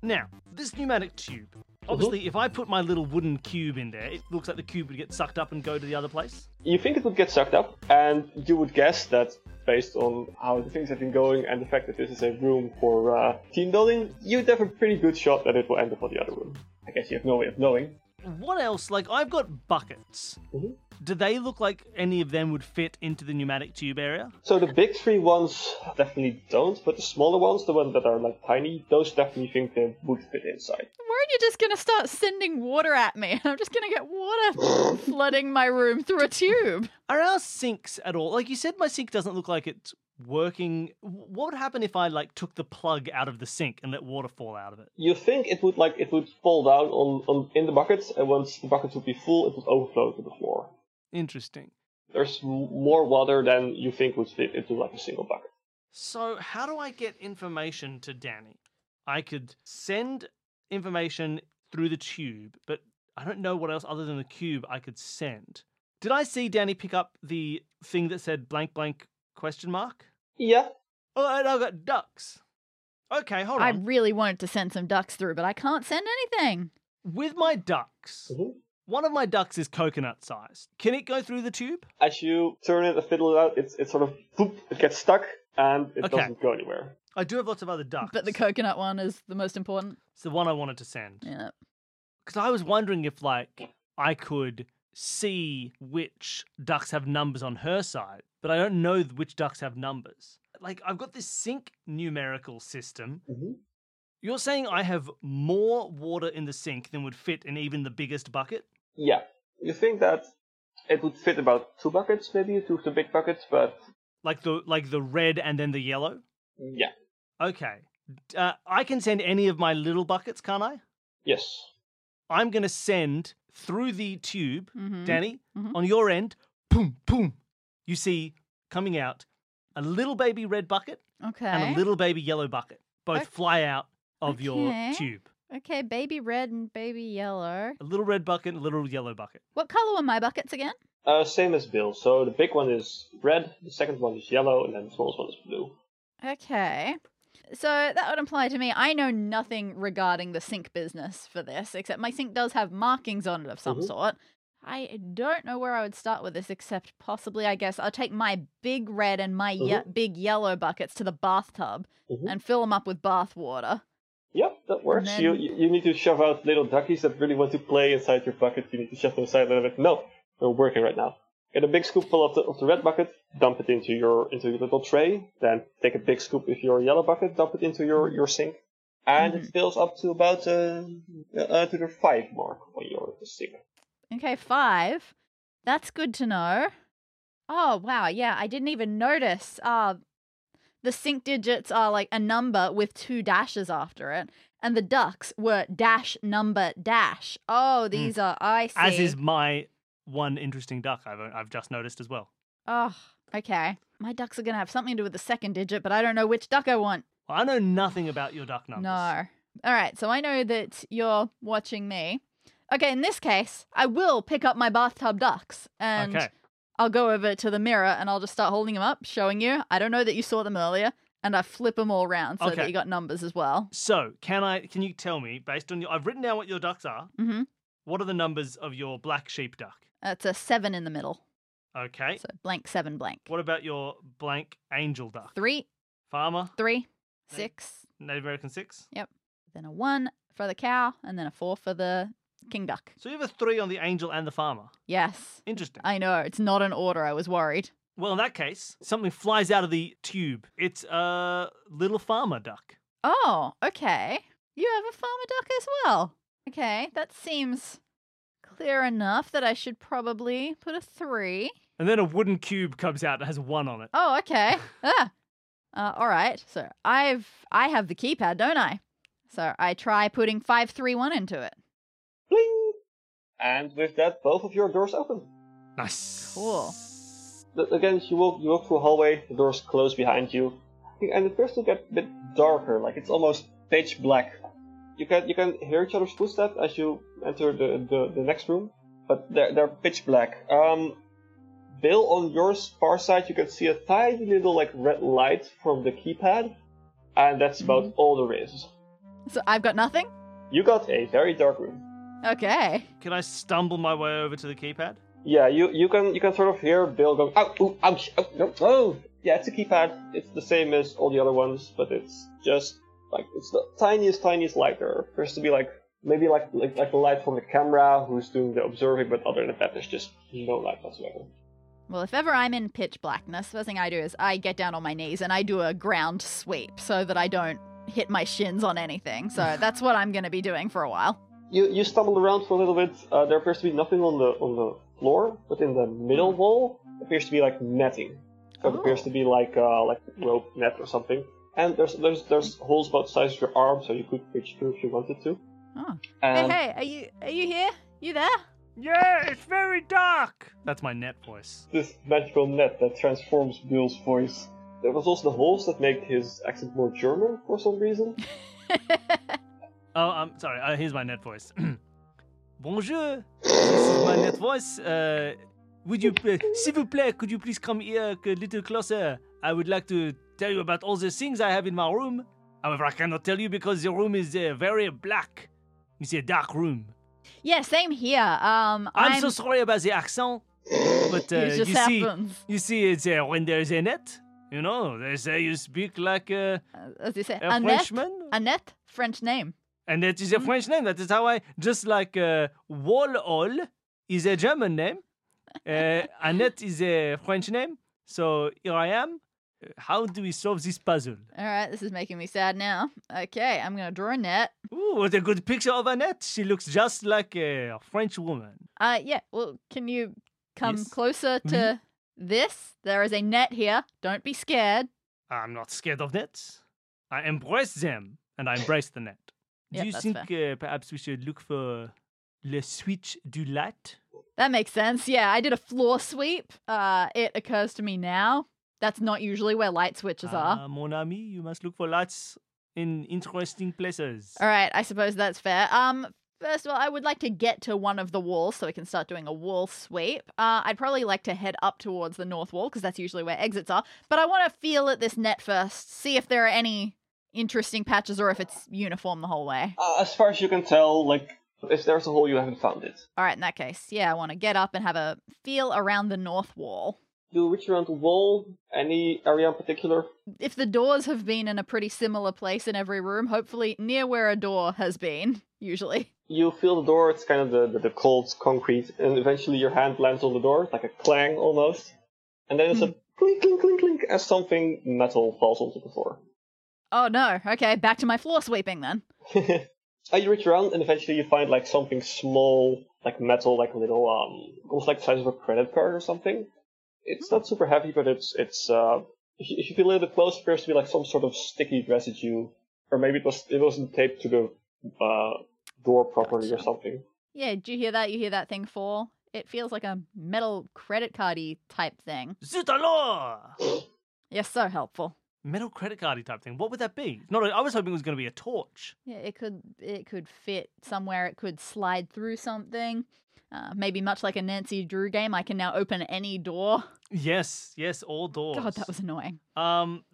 Speaker 1: Now, this pneumatic tube. Obviously, if I put my little wooden cube in there, it looks like the cube would get sucked up and go to the other place.
Speaker 3: You think it would get sucked up, and you would guess that based on how the things have been going and the fact that this is a room for uh, team building, you'd have a pretty good shot that it will end up on the other room. I guess you have no way of knowing.
Speaker 1: What else? Like, I've got buckets.
Speaker 3: Mhm.
Speaker 1: Do they look like any of them would fit into the pneumatic tube area?
Speaker 3: So the big three ones definitely don't, but the smaller ones, the ones that are like tiny, those definitely think they would fit inside.
Speaker 2: Weren't you just gonna start sending water at me? I'm just gonna get water flooding my room through a tube.
Speaker 1: Are our sinks at all? Like you said, my sink doesn't look like it's working. W- What would happen if I like took the plug out of the sink and let water fall out of it?
Speaker 3: You think it would like it would fall down on, on in the buckets, and once the buckets would be full, it would overflow to the floor.
Speaker 1: Interesting.
Speaker 3: There's m- more water than you think would fit into like a single bucket.
Speaker 1: So, how do I get information to Danny? I could send information through the tube, but I don't know what else other than the cube I could send. Did I see Danny pick up the thing that said blank blank question mark?
Speaker 3: Yeah,
Speaker 1: Oh, and I got ducks. Okay, hold
Speaker 2: I
Speaker 1: on.
Speaker 2: really wanted to send some ducks through, but I can't send anything.
Speaker 1: With my ducks,
Speaker 3: Mhm.
Speaker 1: one of my ducks is coconut sized. Can it go through the tube?
Speaker 3: as you turn it and fiddle it out, it's it's sort of boop, it gets stuck and it
Speaker 1: Okay.
Speaker 3: doesn't go anywhere.
Speaker 1: I do have lots of other ducks.
Speaker 2: But the coconut one is the most important.
Speaker 1: it's the one I wanted to send.
Speaker 2: Yeah.
Speaker 1: because I was wondering if like I could see which ducks have numbers on her side, but I don't know which ducks have numbers. Like I've got this sink numerical system.
Speaker 3: Mhm.
Speaker 1: You're saying I have more water in the sink than would fit in even the biggest bucket?
Speaker 3: Yeah, you think that it would fit about two buckets, maybe two of the big buckets, but
Speaker 1: Like the like the red and then the yellow?
Speaker 3: yeah,
Speaker 1: Okay. D- Uh, I can send any of my little buckets, can't I?
Speaker 3: yes,
Speaker 1: I'm going to send through the tube
Speaker 2: Mhm.
Speaker 1: Danny,
Speaker 2: Mhm.
Speaker 1: on your end, boom, boom, you see coming out a little baby red bucket
Speaker 2: Okay.
Speaker 1: and a little baby yellow bucket. Both
Speaker 2: Ok-
Speaker 1: fly out of your
Speaker 2: okay.
Speaker 1: tube.
Speaker 2: okay, baby red and baby yellow.
Speaker 1: A little red bucket and a little yellow bucket.
Speaker 2: What color were my buckets again?
Speaker 3: uh, same as Bill. So the big one is red, the second one is yellow, and then the smallest one is blue.
Speaker 2: Okay. So that would imply to me I know nothing regarding the sink business for this, except my sink does have markings on it of some
Speaker 1: Mm-hmm.
Speaker 3: Mhm.
Speaker 2: sort. I don't know where I would start with this, except possibly, I guess, I'll take my big red and my ye-
Speaker 1: Mm-hmm.
Speaker 2: big yellow buckets to the bathtub
Speaker 3: Mhm.
Speaker 2: and fill them up with bath water.
Speaker 3: Yep, that works.
Speaker 2: then-
Speaker 3: You You you need to shove out little duckies that really want to play inside your bucket. You need to shove them aside a little bit. No, we're working right now. Get a big scoop full of the, of the red bucket, dump it into your into your little tray. Then take a big scoop of your yellow bucket, dump it into your, your sink, and it fills up to about uh, uh, to the five mark on your sink.
Speaker 2: Okay, five. That's good to know. Oh, wow. Yeah, I didn't even notice. Uh, the sync digits are like a number with two dashes after it. And the ducks were dash, number, dash. Oh, these are, I see.
Speaker 1: Mm. As is my one interesting duck I've, I've just noticed as well.
Speaker 2: Oh, okay. My ducks are going to have something to do with the second digit, but I don't know which duck I want.
Speaker 1: Well, I know nothing about your duck numbers.
Speaker 2: No. All right, so I know that you're watching me. Okay, in this case, I will pick up my bathtub ducks and
Speaker 1: Okay.
Speaker 2: I'll go over to the mirror and I'll just start holding them up, showing you. I don't know that you saw them earlier, and I flip them all around so
Speaker 1: Okay.
Speaker 2: that you got numbers as well.
Speaker 1: So, can I? Can you tell me based on your? I've written down what your ducks are.
Speaker 2: hmm
Speaker 1: What are the numbers of your black sheep duck?
Speaker 2: That's a seven in the middle.
Speaker 1: Okay.
Speaker 2: So blank, seven, blank.
Speaker 1: What about your blank angel duck?
Speaker 2: Three,
Speaker 1: Farmer,
Speaker 2: three,
Speaker 1: Three.
Speaker 2: six,
Speaker 1: Native American six.
Speaker 2: then a one for the cow, and then a four for the king duck.
Speaker 1: So you have a three on the angel and the farmer.
Speaker 2: Yes.
Speaker 1: Interesting.
Speaker 2: I know, it's not an order. I was worried.
Speaker 1: Well, in that case, something flies out of the tube. It's a little farmer duck.
Speaker 2: Oh, okay. You have a farmer duck as well. Okay, that seems clear enough that I should probably put a three.
Speaker 1: And then a wooden cube comes out that has one on it.
Speaker 2: Oh, okay. ah. Uh, all right. So I've I have the keypad, don't I? So I try putting five three one into it.
Speaker 3: Bling! And with that, both of your doors open.
Speaker 1: Nice.
Speaker 2: Cool.
Speaker 3: But again, you walk you walk through a hallway. The doors close behind you, and it starts to get a bit darker. Like it's almost pitch black. You can you can hear each other's footsteps as you enter the, the, the next room, but they're they're pitch black. Um, Bill, on your far side, you can see a tiny little like red light from the keypad, and that's about all there is.
Speaker 2: So I've got nothing.
Speaker 3: You got a very dark room.
Speaker 2: Okay.
Speaker 1: Can I stumble my way over to the keypad?
Speaker 3: Yeah, you, you can you can sort of hear Bill going, ow, ooh, ouch, ouch, no, oh. Yeah, it's a keypad. It's the same as all the other ones, but it's just like it's the tiniest, tiniest light there. appears to be like maybe like like like the light from the camera who's doing the observing, but other than that, there's just no light whatsoever.
Speaker 2: Well, if ever I'm in pitch blackness, first thing I do is I get down on my knees and I do a ground sweep so that I don't hit my shins on anything. So that's what I'm going to be doing for a while.
Speaker 3: You you stumble around for a little bit. Uh, there appears to be nothing on the on the floor, but in the middle wall appears to be like netting. So it appears
Speaker 2: Hmm. Oh.
Speaker 3: to be like uh, like rope net or something. And there's there's there's holes about the size of your arm, so you could reach through if you wanted to.
Speaker 2: Oh.
Speaker 1: Um,
Speaker 3: And
Speaker 2: hey, hey, are you are you here? You there?
Speaker 1: Yeah, it's very dark. That's my net voice.
Speaker 3: this magical net that transforms Bill's voice. There was also the holes that make his accent more German for some reason.
Speaker 1: Oh, I'm sorry. Uh, here's my net voice. Bonjour. This is my net voice. Uh, Would you, uh, s'il vous plaît, could you please come here a little closer? I would like to tell you about all the things I have in my room. However, I cannot tell you because the room is uh, very black. It's a dark room.
Speaker 2: Yeah, same here. Um,
Speaker 1: I'm, so sorry about the accent, but uh,
Speaker 2: it
Speaker 1: you
Speaker 2: just
Speaker 1: see,
Speaker 2: happens.
Speaker 1: you see, it's uh, when there's a net. You know, they say you speak like a,
Speaker 2: uh, As you say,
Speaker 1: a
Speaker 2: Annette.
Speaker 1: Frenchman.
Speaker 2: Annette, French name.
Speaker 1: And that is a French name. That is how I just like uh, Wallol is a German name. Uh, Annette is a French name. So here I am. Uh, How do we solve this puzzle?
Speaker 2: All right, this is making me sad now. Okay, I'm gonna draw a net.
Speaker 1: Ooh, what a good picture of Annette. She looks just like a French woman.
Speaker 2: Uh, yeah. Well, can you come
Speaker 1: Yes.
Speaker 2: closer to this? There is a net here. Don't be scared.
Speaker 1: I'm not scared of nets. I embrace them and I embrace the net. Do
Speaker 2: Yep,
Speaker 1: you
Speaker 2: that's
Speaker 1: think uh, perhaps we should look for le switch du lat?
Speaker 2: That makes sense. Yeah, I did a floor sweep. Uh, it occurs to me now. That's not usually where light switches are.
Speaker 1: Ah, mon ami, you must look for lats in interesting places.
Speaker 2: All right, I suppose that's fair. Um, first of all, I would like to get to one of the walls so we can start doing a wall sweep. Uh, I'd probably like to head up towards the north wall because that's usually where exits are. But I want to feel at this net first, see if there are any interesting patches or if it's uniform the whole way.
Speaker 3: Uh, as far as you can tell, like if there's a hole, you haven't found it.
Speaker 2: All right, in that case, yeah, I want to get up and have a feel around the north wall.
Speaker 3: You reach around the wall. Any area in particular?
Speaker 2: If the doors have been in a pretty similar place in every room, hopefully near where a door has been, usually.
Speaker 3: You feel the door. It's kind of the, the, the cold concrete, and eventually your hand lands on the door, like a clang almost, and then it's a clink, clink, clink, clink as something metal falls onto the floor.
Speaker 2: Oh no, okay, back to my floor sweeping then.
Speaker 3: Uh, you reach around, and eventually you find like something small, like metal, like a little, um, almost like the size of a credit card or something. It's not super heavy, but it's it's. Uh, if you, if you feel a little bit close, it appears to be like some sort of sticky residue, or maybe it was it wasn't taped to the uh, door properly or
Speaker 2: Gotcha.
Speaker 3: something.
Speaker 2: Yeah, do you hear that? You hear that thing fall? It feels like a metal credit cardy type thing.
Speaker 1: Zut alors!
Speaker 2: You're so helpful.
Speaker 1: metal credit cardy type thing. What would that be? Not. A, I was hoping it was going to be a torch.
Speaker 2: Yeah, it could it could fit somewhere. It could slide through something. Uh, maybe much like a Nancy Drew game, I can now open any door.
Speaker 1: Yes, yes, all doors.
Speaker 2: God, that was annoying.
Speaker 1: Um,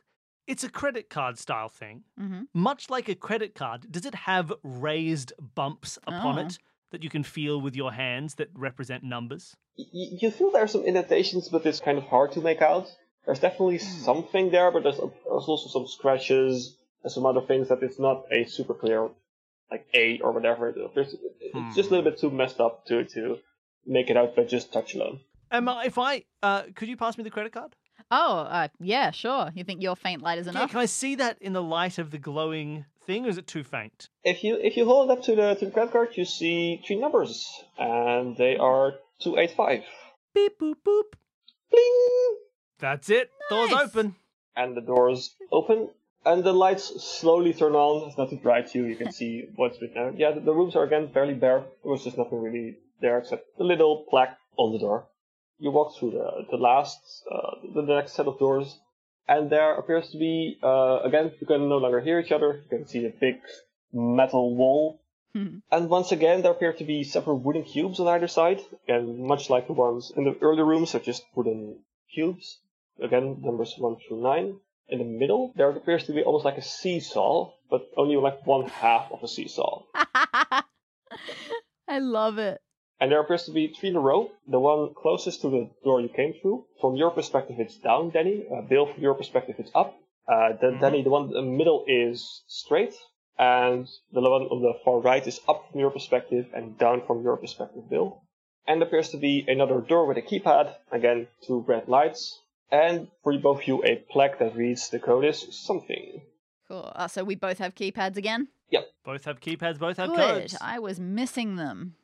Speaker 1: it's a credit card style thing.
Speaker 2: Mm-hmm.
Speaker 1: Much like a credit card, does it have raised bumps upon
Speaker 2: Oh.
Speaker 1: it that you can feel with your hands that represent numbers?
Speaker 3: Y- y- you feel there are some indentations, but it's kind of hard to make out. There's definitely something there, but there's, there's also some scratches and some other things that it's not a super clear, like A or whatever. There's, It's just a little bit too messed up to to make it out by just touch alone.
Speaker 1: Am I? If I uh, could you pass me the credit card?
Speaker 2: Oh, uh, yeah, sure. You think your faint light is
Speaker 1: Yeah,
Speaker 2: enough?
Speaker 1: can I see that in the light of the glowing thing, or is it too faint?
Speaker 3: If you if you hold up to the to the credit card, you see three numbers, and they are two eight five.
Speaker 1: Beep boop boop.
Speaker 3: Bling.
Speaker 1: That's it. Doors
Speaker 2: Nice.
Speaker 1: open.
Speaker 3: and the doors open and the lights slowly turn on. It's not too bright you, you can see what's with now. Yeah, the, the rooms are again barely bare. There was just nothing really there except a little plaque on the door. You walk through the, the last, uh, the, the next set of doors, and there appears to be, uh, again, you can no longer hear each other. You can see a big metal wall.
Speaker 2: Hmm.
Speaker 3: Mm-hmm. And once again, there appear to be separate wooden cubes on either side, and much like the ones in the earlier rooms, they're just wooden cubes again numbers one through nine. In the middle, there appears to be almost like a seesaw, but only like one half of a seesaw.
Speaker 2: I love it.
Speaker 3: And there appears to be three in a row. The one closest to the door you came through. From your perspective, it's down, Danny. Uh, Bill, from your perspective, it's up. Uh, then
Speaker 1: Mhm.
Speaker 3: Danny, the one in the middle is straight, and the one on the far right is up from your perspective and down from your perspective, Bill. And there appears to be another door with a keypad. Again, two red lights. And for you both of you, a plaque that reads the code is something.
Speaker 2: Cool. Uh, so we both have keypads again.
Speaker 1: Both have keypads. Both have
Speaker 2: Good.
Speaker 1: codes.
Speaker 2: I was missing them.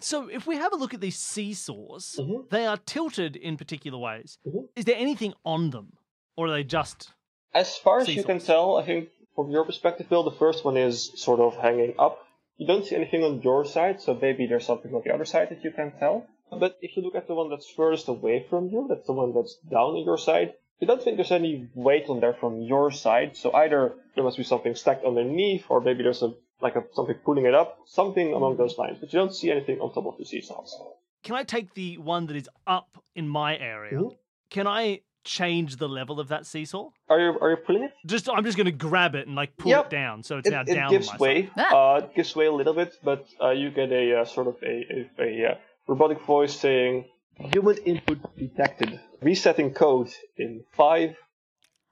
Speaker 1: So if we have a look at these seesaws,
Speaker 3: Mhm.
Speaker 1: they are tilted in particular ways.
Speaker 3: Mhm.
Speaker 1: Is there anything on them, or are they just?
Speaker 3: As far as you
Speaker 1: Seesaws.
Speaker 3: can tell, I think from your perspective, Bill, the first one is sort of hanging up. You don't see anything on your side, so maybe there's something on the other side that you can tell. But if you look at the one that's furthest away from you, that's the one that's down on your side, you don't think there's any weight on there from your side. So either there must be something stacked underneath, or maybe there's a like a, something pulling it up, something along those lines. But you don't see anything on top of the seesaws.
Speaker 1: Can I take the one that is up in my area?
Speaker 3: Mhm.
Speaker 1: Can I change the level of that seesaw?
Speaker 3: Are you are you pulling it?
Speaker 1: Just I'm just going to grab it and like pull
Speaker 3: Yep.
Speaker 1: it down, so it's
Speaker 3: It,
Speaker 1: now
Speaker 3: it
Speaker 1: down. on
Speaker 3: gives
Speaker 1: myself.
Speaker 3: way.
Speaker 2: Ah.
Speaker 3: Uh, it gives way a little bit, but uh, you get a uh, sort of a a, a uh, robotic voice saying human input detected. Resetting code in five.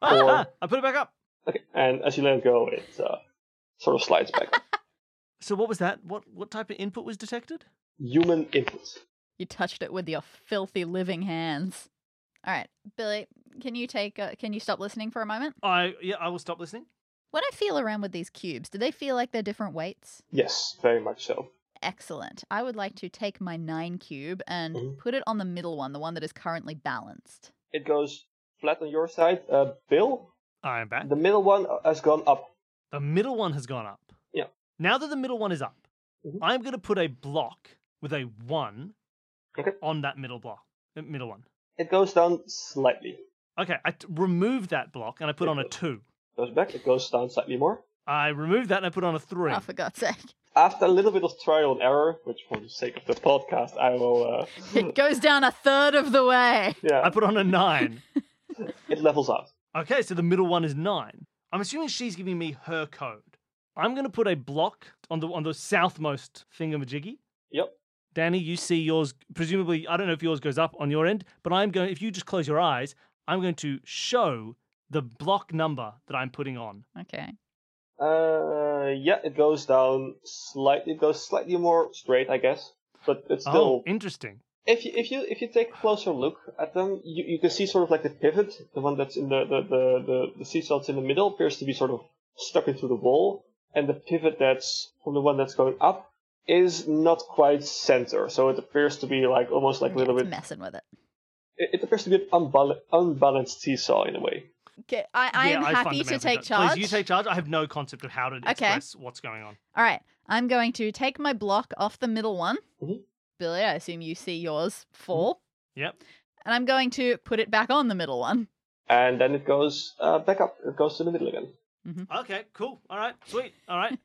Speaker 1: Ah,
Speaker 3: Or-
Speaker 1: ah, I put it back up.
Speaker 3: Okay, and as you let it go, it uh, sort of slides back.
Speaker 1: So what was that? What what type of input was detected?
Speaker 3: human input.
Speaker 2: You touched it with your filthy living hands. All right, Billy, can you take? Uh, can you stop listening for a moment?
Speaker 1: I yeah, I will stop listening.
Speaker 2: When I feel around with these cubes, do they feel like they're different weights?
Speaker 3: Yes, very much so.
Speaker 2: Excellent. I would like to take my nine cube and
Speaker 3: Mhm.
Speaker 2: put it on the middle one, the one that is currently balanced.
Speaker 3: It goes flat on your side. Uh, Bill,
Speaker 1: I'm back.
Speaker 3: the middle one uh, has gone up.
Speaker 1: The middle one has gone up.
Speaker 3: Yeah.
Speaker 1: Now that the middle one is up,
Speaker 3: Mhm.
Speaker 1: I'm going to put a block with a one
Speaker 3: Okay.
Speaker 1: on that middle block, uh, middle one.
Speaker 3: It goes down slightly.
Speaker 1: Okay, I t- remove that block and I put on a
Speaker 3: Yeah.
Speaker 1: two.
Speaker 3: Goes back. It goes down slightly more.
Speaker 1: I remove that and I put on a three.
Speaker 2: Oh, for God's sake!
Speaker 3: After a little bit of trial and error, which for the sake of the podcast, I will. Uh,
Speaker 2: It goes down a third of the
Speaker 1: I
Speaker 2: way.
Speaker 3: yeah,
Speaker 1: put on a nine.
Speaker 3: it levels out.
Speaker 1: okay, so the middle one is nine. I'm assuming she's giving me her code. I'm going to put a block on the on the southmost finger majiggy.
Speaker 3: Yep.
Speaker 1: Danny, you see yours. Presumably, I don't know if yours goes up on your end, but I'm going. If you just close your eyes, I'm going to show the block number that I'm putting on.
Speaker 2: Okay.
Speaker 3: Uh, yeah, it goes down slightly. It goes slightly more straight, I guess. But it's
Speaker 1: oh,
Speaker 3: still.
Speaker 1: interesting.
Speaker 3: If you if you if you take a closer look at them, you, you can see sort of like the pivot, the one that's in the the the the, the seesaw that's in the middle appears to be sort of stuck into the wall, and the pivot that's from the one that's going up is not quite center. So it appears to be like almost like a little
Speaker 2: It's
Speaker 3: bit.
Speaker 2: messing with it.
Speaker 3: It, it appears to be an unbal- unbalanced seesaw in a way.
Speaker 2: Okay, I, I
Speaker 1: Yeah,
Speaker 2: am happy to
Speaker 1: fundamentally
Speaker 2: take
Speaker 1: don't-
Speaker 2: charge.
Speaker 1: Please, you take charge. I have no concept of how to
Speaker 2: Okay.
Speaker 1: express what's going on.
Speaker 2: All right, I'm going to take my block off the middle one.
Speaker 3: Mhm.
Speaker 2: Billy, I assume you see yours fall.
Speaker 1: Yep.
Speaker 2: And I'm going to put it back on the middle one.
Speaker 3: And then it goes uh, back up. It goes to the middle again.
Speaker 1: Okay. Cool. All right. Sweet. All right.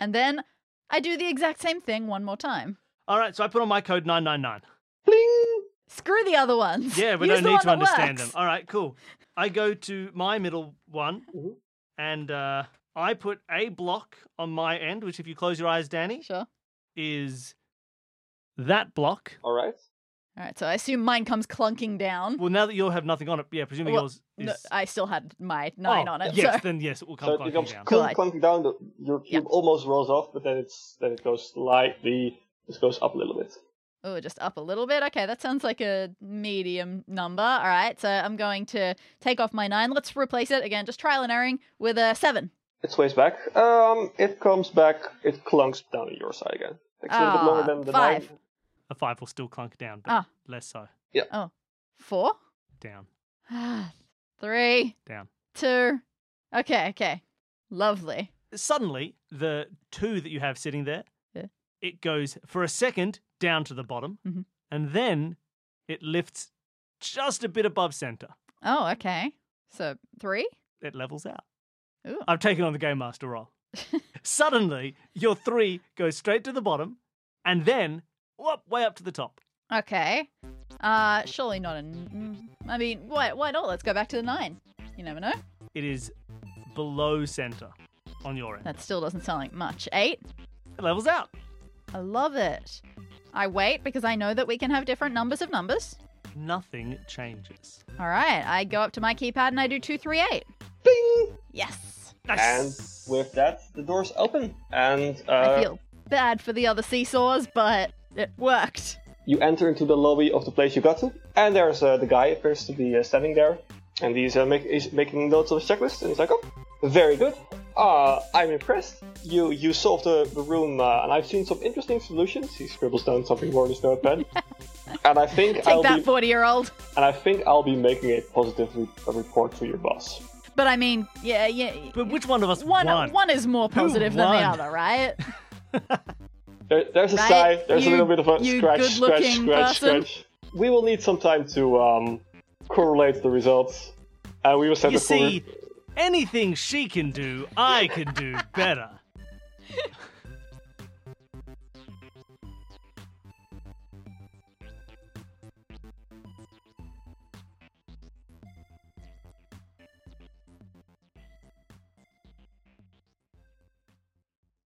Speaker 2: And then I do the exact same thing one more time.
Speaker 1: All right. So I put on my code nine nine nine.
Speaker 3: Bling.
Speaker 2: Screw the other ones.
Speaker 1: Yeah, we
Speaker 2: Use
Speaker 1: don't
Speaker 2: the
Speaker 1: need
Speaker 2: one
Speaker 1: to
Speaker 2: that
Speaker 1: understand
Speaker 2: works.
Speaker 1: them. All right. Cool. I go to my middle one,
Speaker 3: Mhm.
Speaker 1: and uh, I put a block on my end, which, if you close your eyes, Danny,
Speaker 2: Sure.
Speaker 1: is that block.
Speaker 3: All right.
Speaker 2: All right, so I assume mine comes clunking down.
Speaker 1: Well, now that you'll have nothing on it, yeah, presumably
Speaker 2: Well,
Speaker 1: yours is.
Speaker 2: No, I still had my nine
Speaker 1: Oh,
Speaker 2: on it.
Speaker 1: Yes,
Speaker 2: So.
Speaker 1: then yes, it will come
Speaker 3: So it
Speaker 1: clunking
Speaker 3: becomes
Speaker 1: down.
Speaker 3: clunking,
Speaker 2: Good.
Speaker 3: clunking down. the- Your cube almost rolls off, but then it's then it goes slightly. It goes up a little bit.
Speaker 2: Oh, just up a little bit. Okay, that sounds like a medium number. All right, so I'm going to take off my nine. Let's replace it again, just trial and erroring with a seven.
Speaker 3: It's ways back. Um, it comes back. It clunks down on your side again. Takes a little bit
Speaker 2: Ah,
Speaker 3: longer than the
Speaker 2: five.
Speaker 3: nine.
Speaker 1: A five will still clunk down, but
Speaker 2: Ah.
Speaker 1: less so.
Speaker 2: Four.
Speaker 1: Down.
Speaker 2: Ah, Three.
Speaker 1: Down.
Speaker 2: Two. Okay, okay. Lovely.
Speaker 1: Suddenly, the two that you have sitting there,
Speaker 2: Yeah.
Speaker 1: it goes for a second down to the bottom,
Speaker 2: Mhm.
Speaker 1: and then it lifts just a bit above center.
Speaker 2: Oh, okay. So three?
Speaker 1: It levels out.
Speaker 2: Ooh.
Speaker 1: I've taken on the game master role. Suddenly, your three goes straight to the bottom, and then whoop, way up to the top.
Speaker 2: Okay. Uh, surely not a. n- mm, I mean, why, why not? Let's go back to the nine. You never know.
Speaker 1: It is below center on your end.
Speaker 2: That still doesn't sound like much. Eight?
Speaker 1: It levels out.
Speaker 2: I love it. I wait because I know that we can have different numbers of numbers.
Speaker 1: Nothing changes.
Speaker 2: All right, I go up to my keypad and I do two, three, eight.
Speaker 3: Bing.
Speaker 2: Yes.
Speaker 3: And
Speaker 1: Nice.
Speaker 3: with that, the doors open, and
Speaker 2: I
Speaker 3: uh,
Speaker 2: feel bad for the other seesaws, but it worked.
Speaker 3: you enter into the lobby of the place you got to. And there's uh, the guy appears to be uh, standing there, and he's, uh, make, he's making notes of his checklist, and he's like, "Oh, very good. Uh, I'm impressed. You you solved the, the room, uh, and I've seen some interesting solutions." He scribbles down something more in his notepad, and I think
Speaker 2: Take
Speaker 3: I'll
Speaker 2: that,
Speaker 3: be
Speaker 2: 40 year old.
Speaker 3: and I think I'll be making a positive re- a report to your boss.
Speaker 2: But I mean, yeah, yeah.
Speaker 1: but which one of us
Speaker 2: One,
Speaker 1: won?
Speaker 2: one is more positive than the
Speaker 1: won?
Speaker 2: other, right?
Speaker 3: There, there's a
Speaker 2: Right,
Speaker 3: sigh. There's
Speaker 2: you-
Speaker 3: a little bit of a
Speaker 2: you
Speaker 3: scratch, scratch,
Speaker 2: good-looking
Speaker 3: scratch,
Speaker 2: person.
Speaker 3: scratch. We will need some time to um, correlate the results, and we will send
Speaker 1: You
Speaker 3: a full.
Speaker 1: see, anything she can do, I can do better.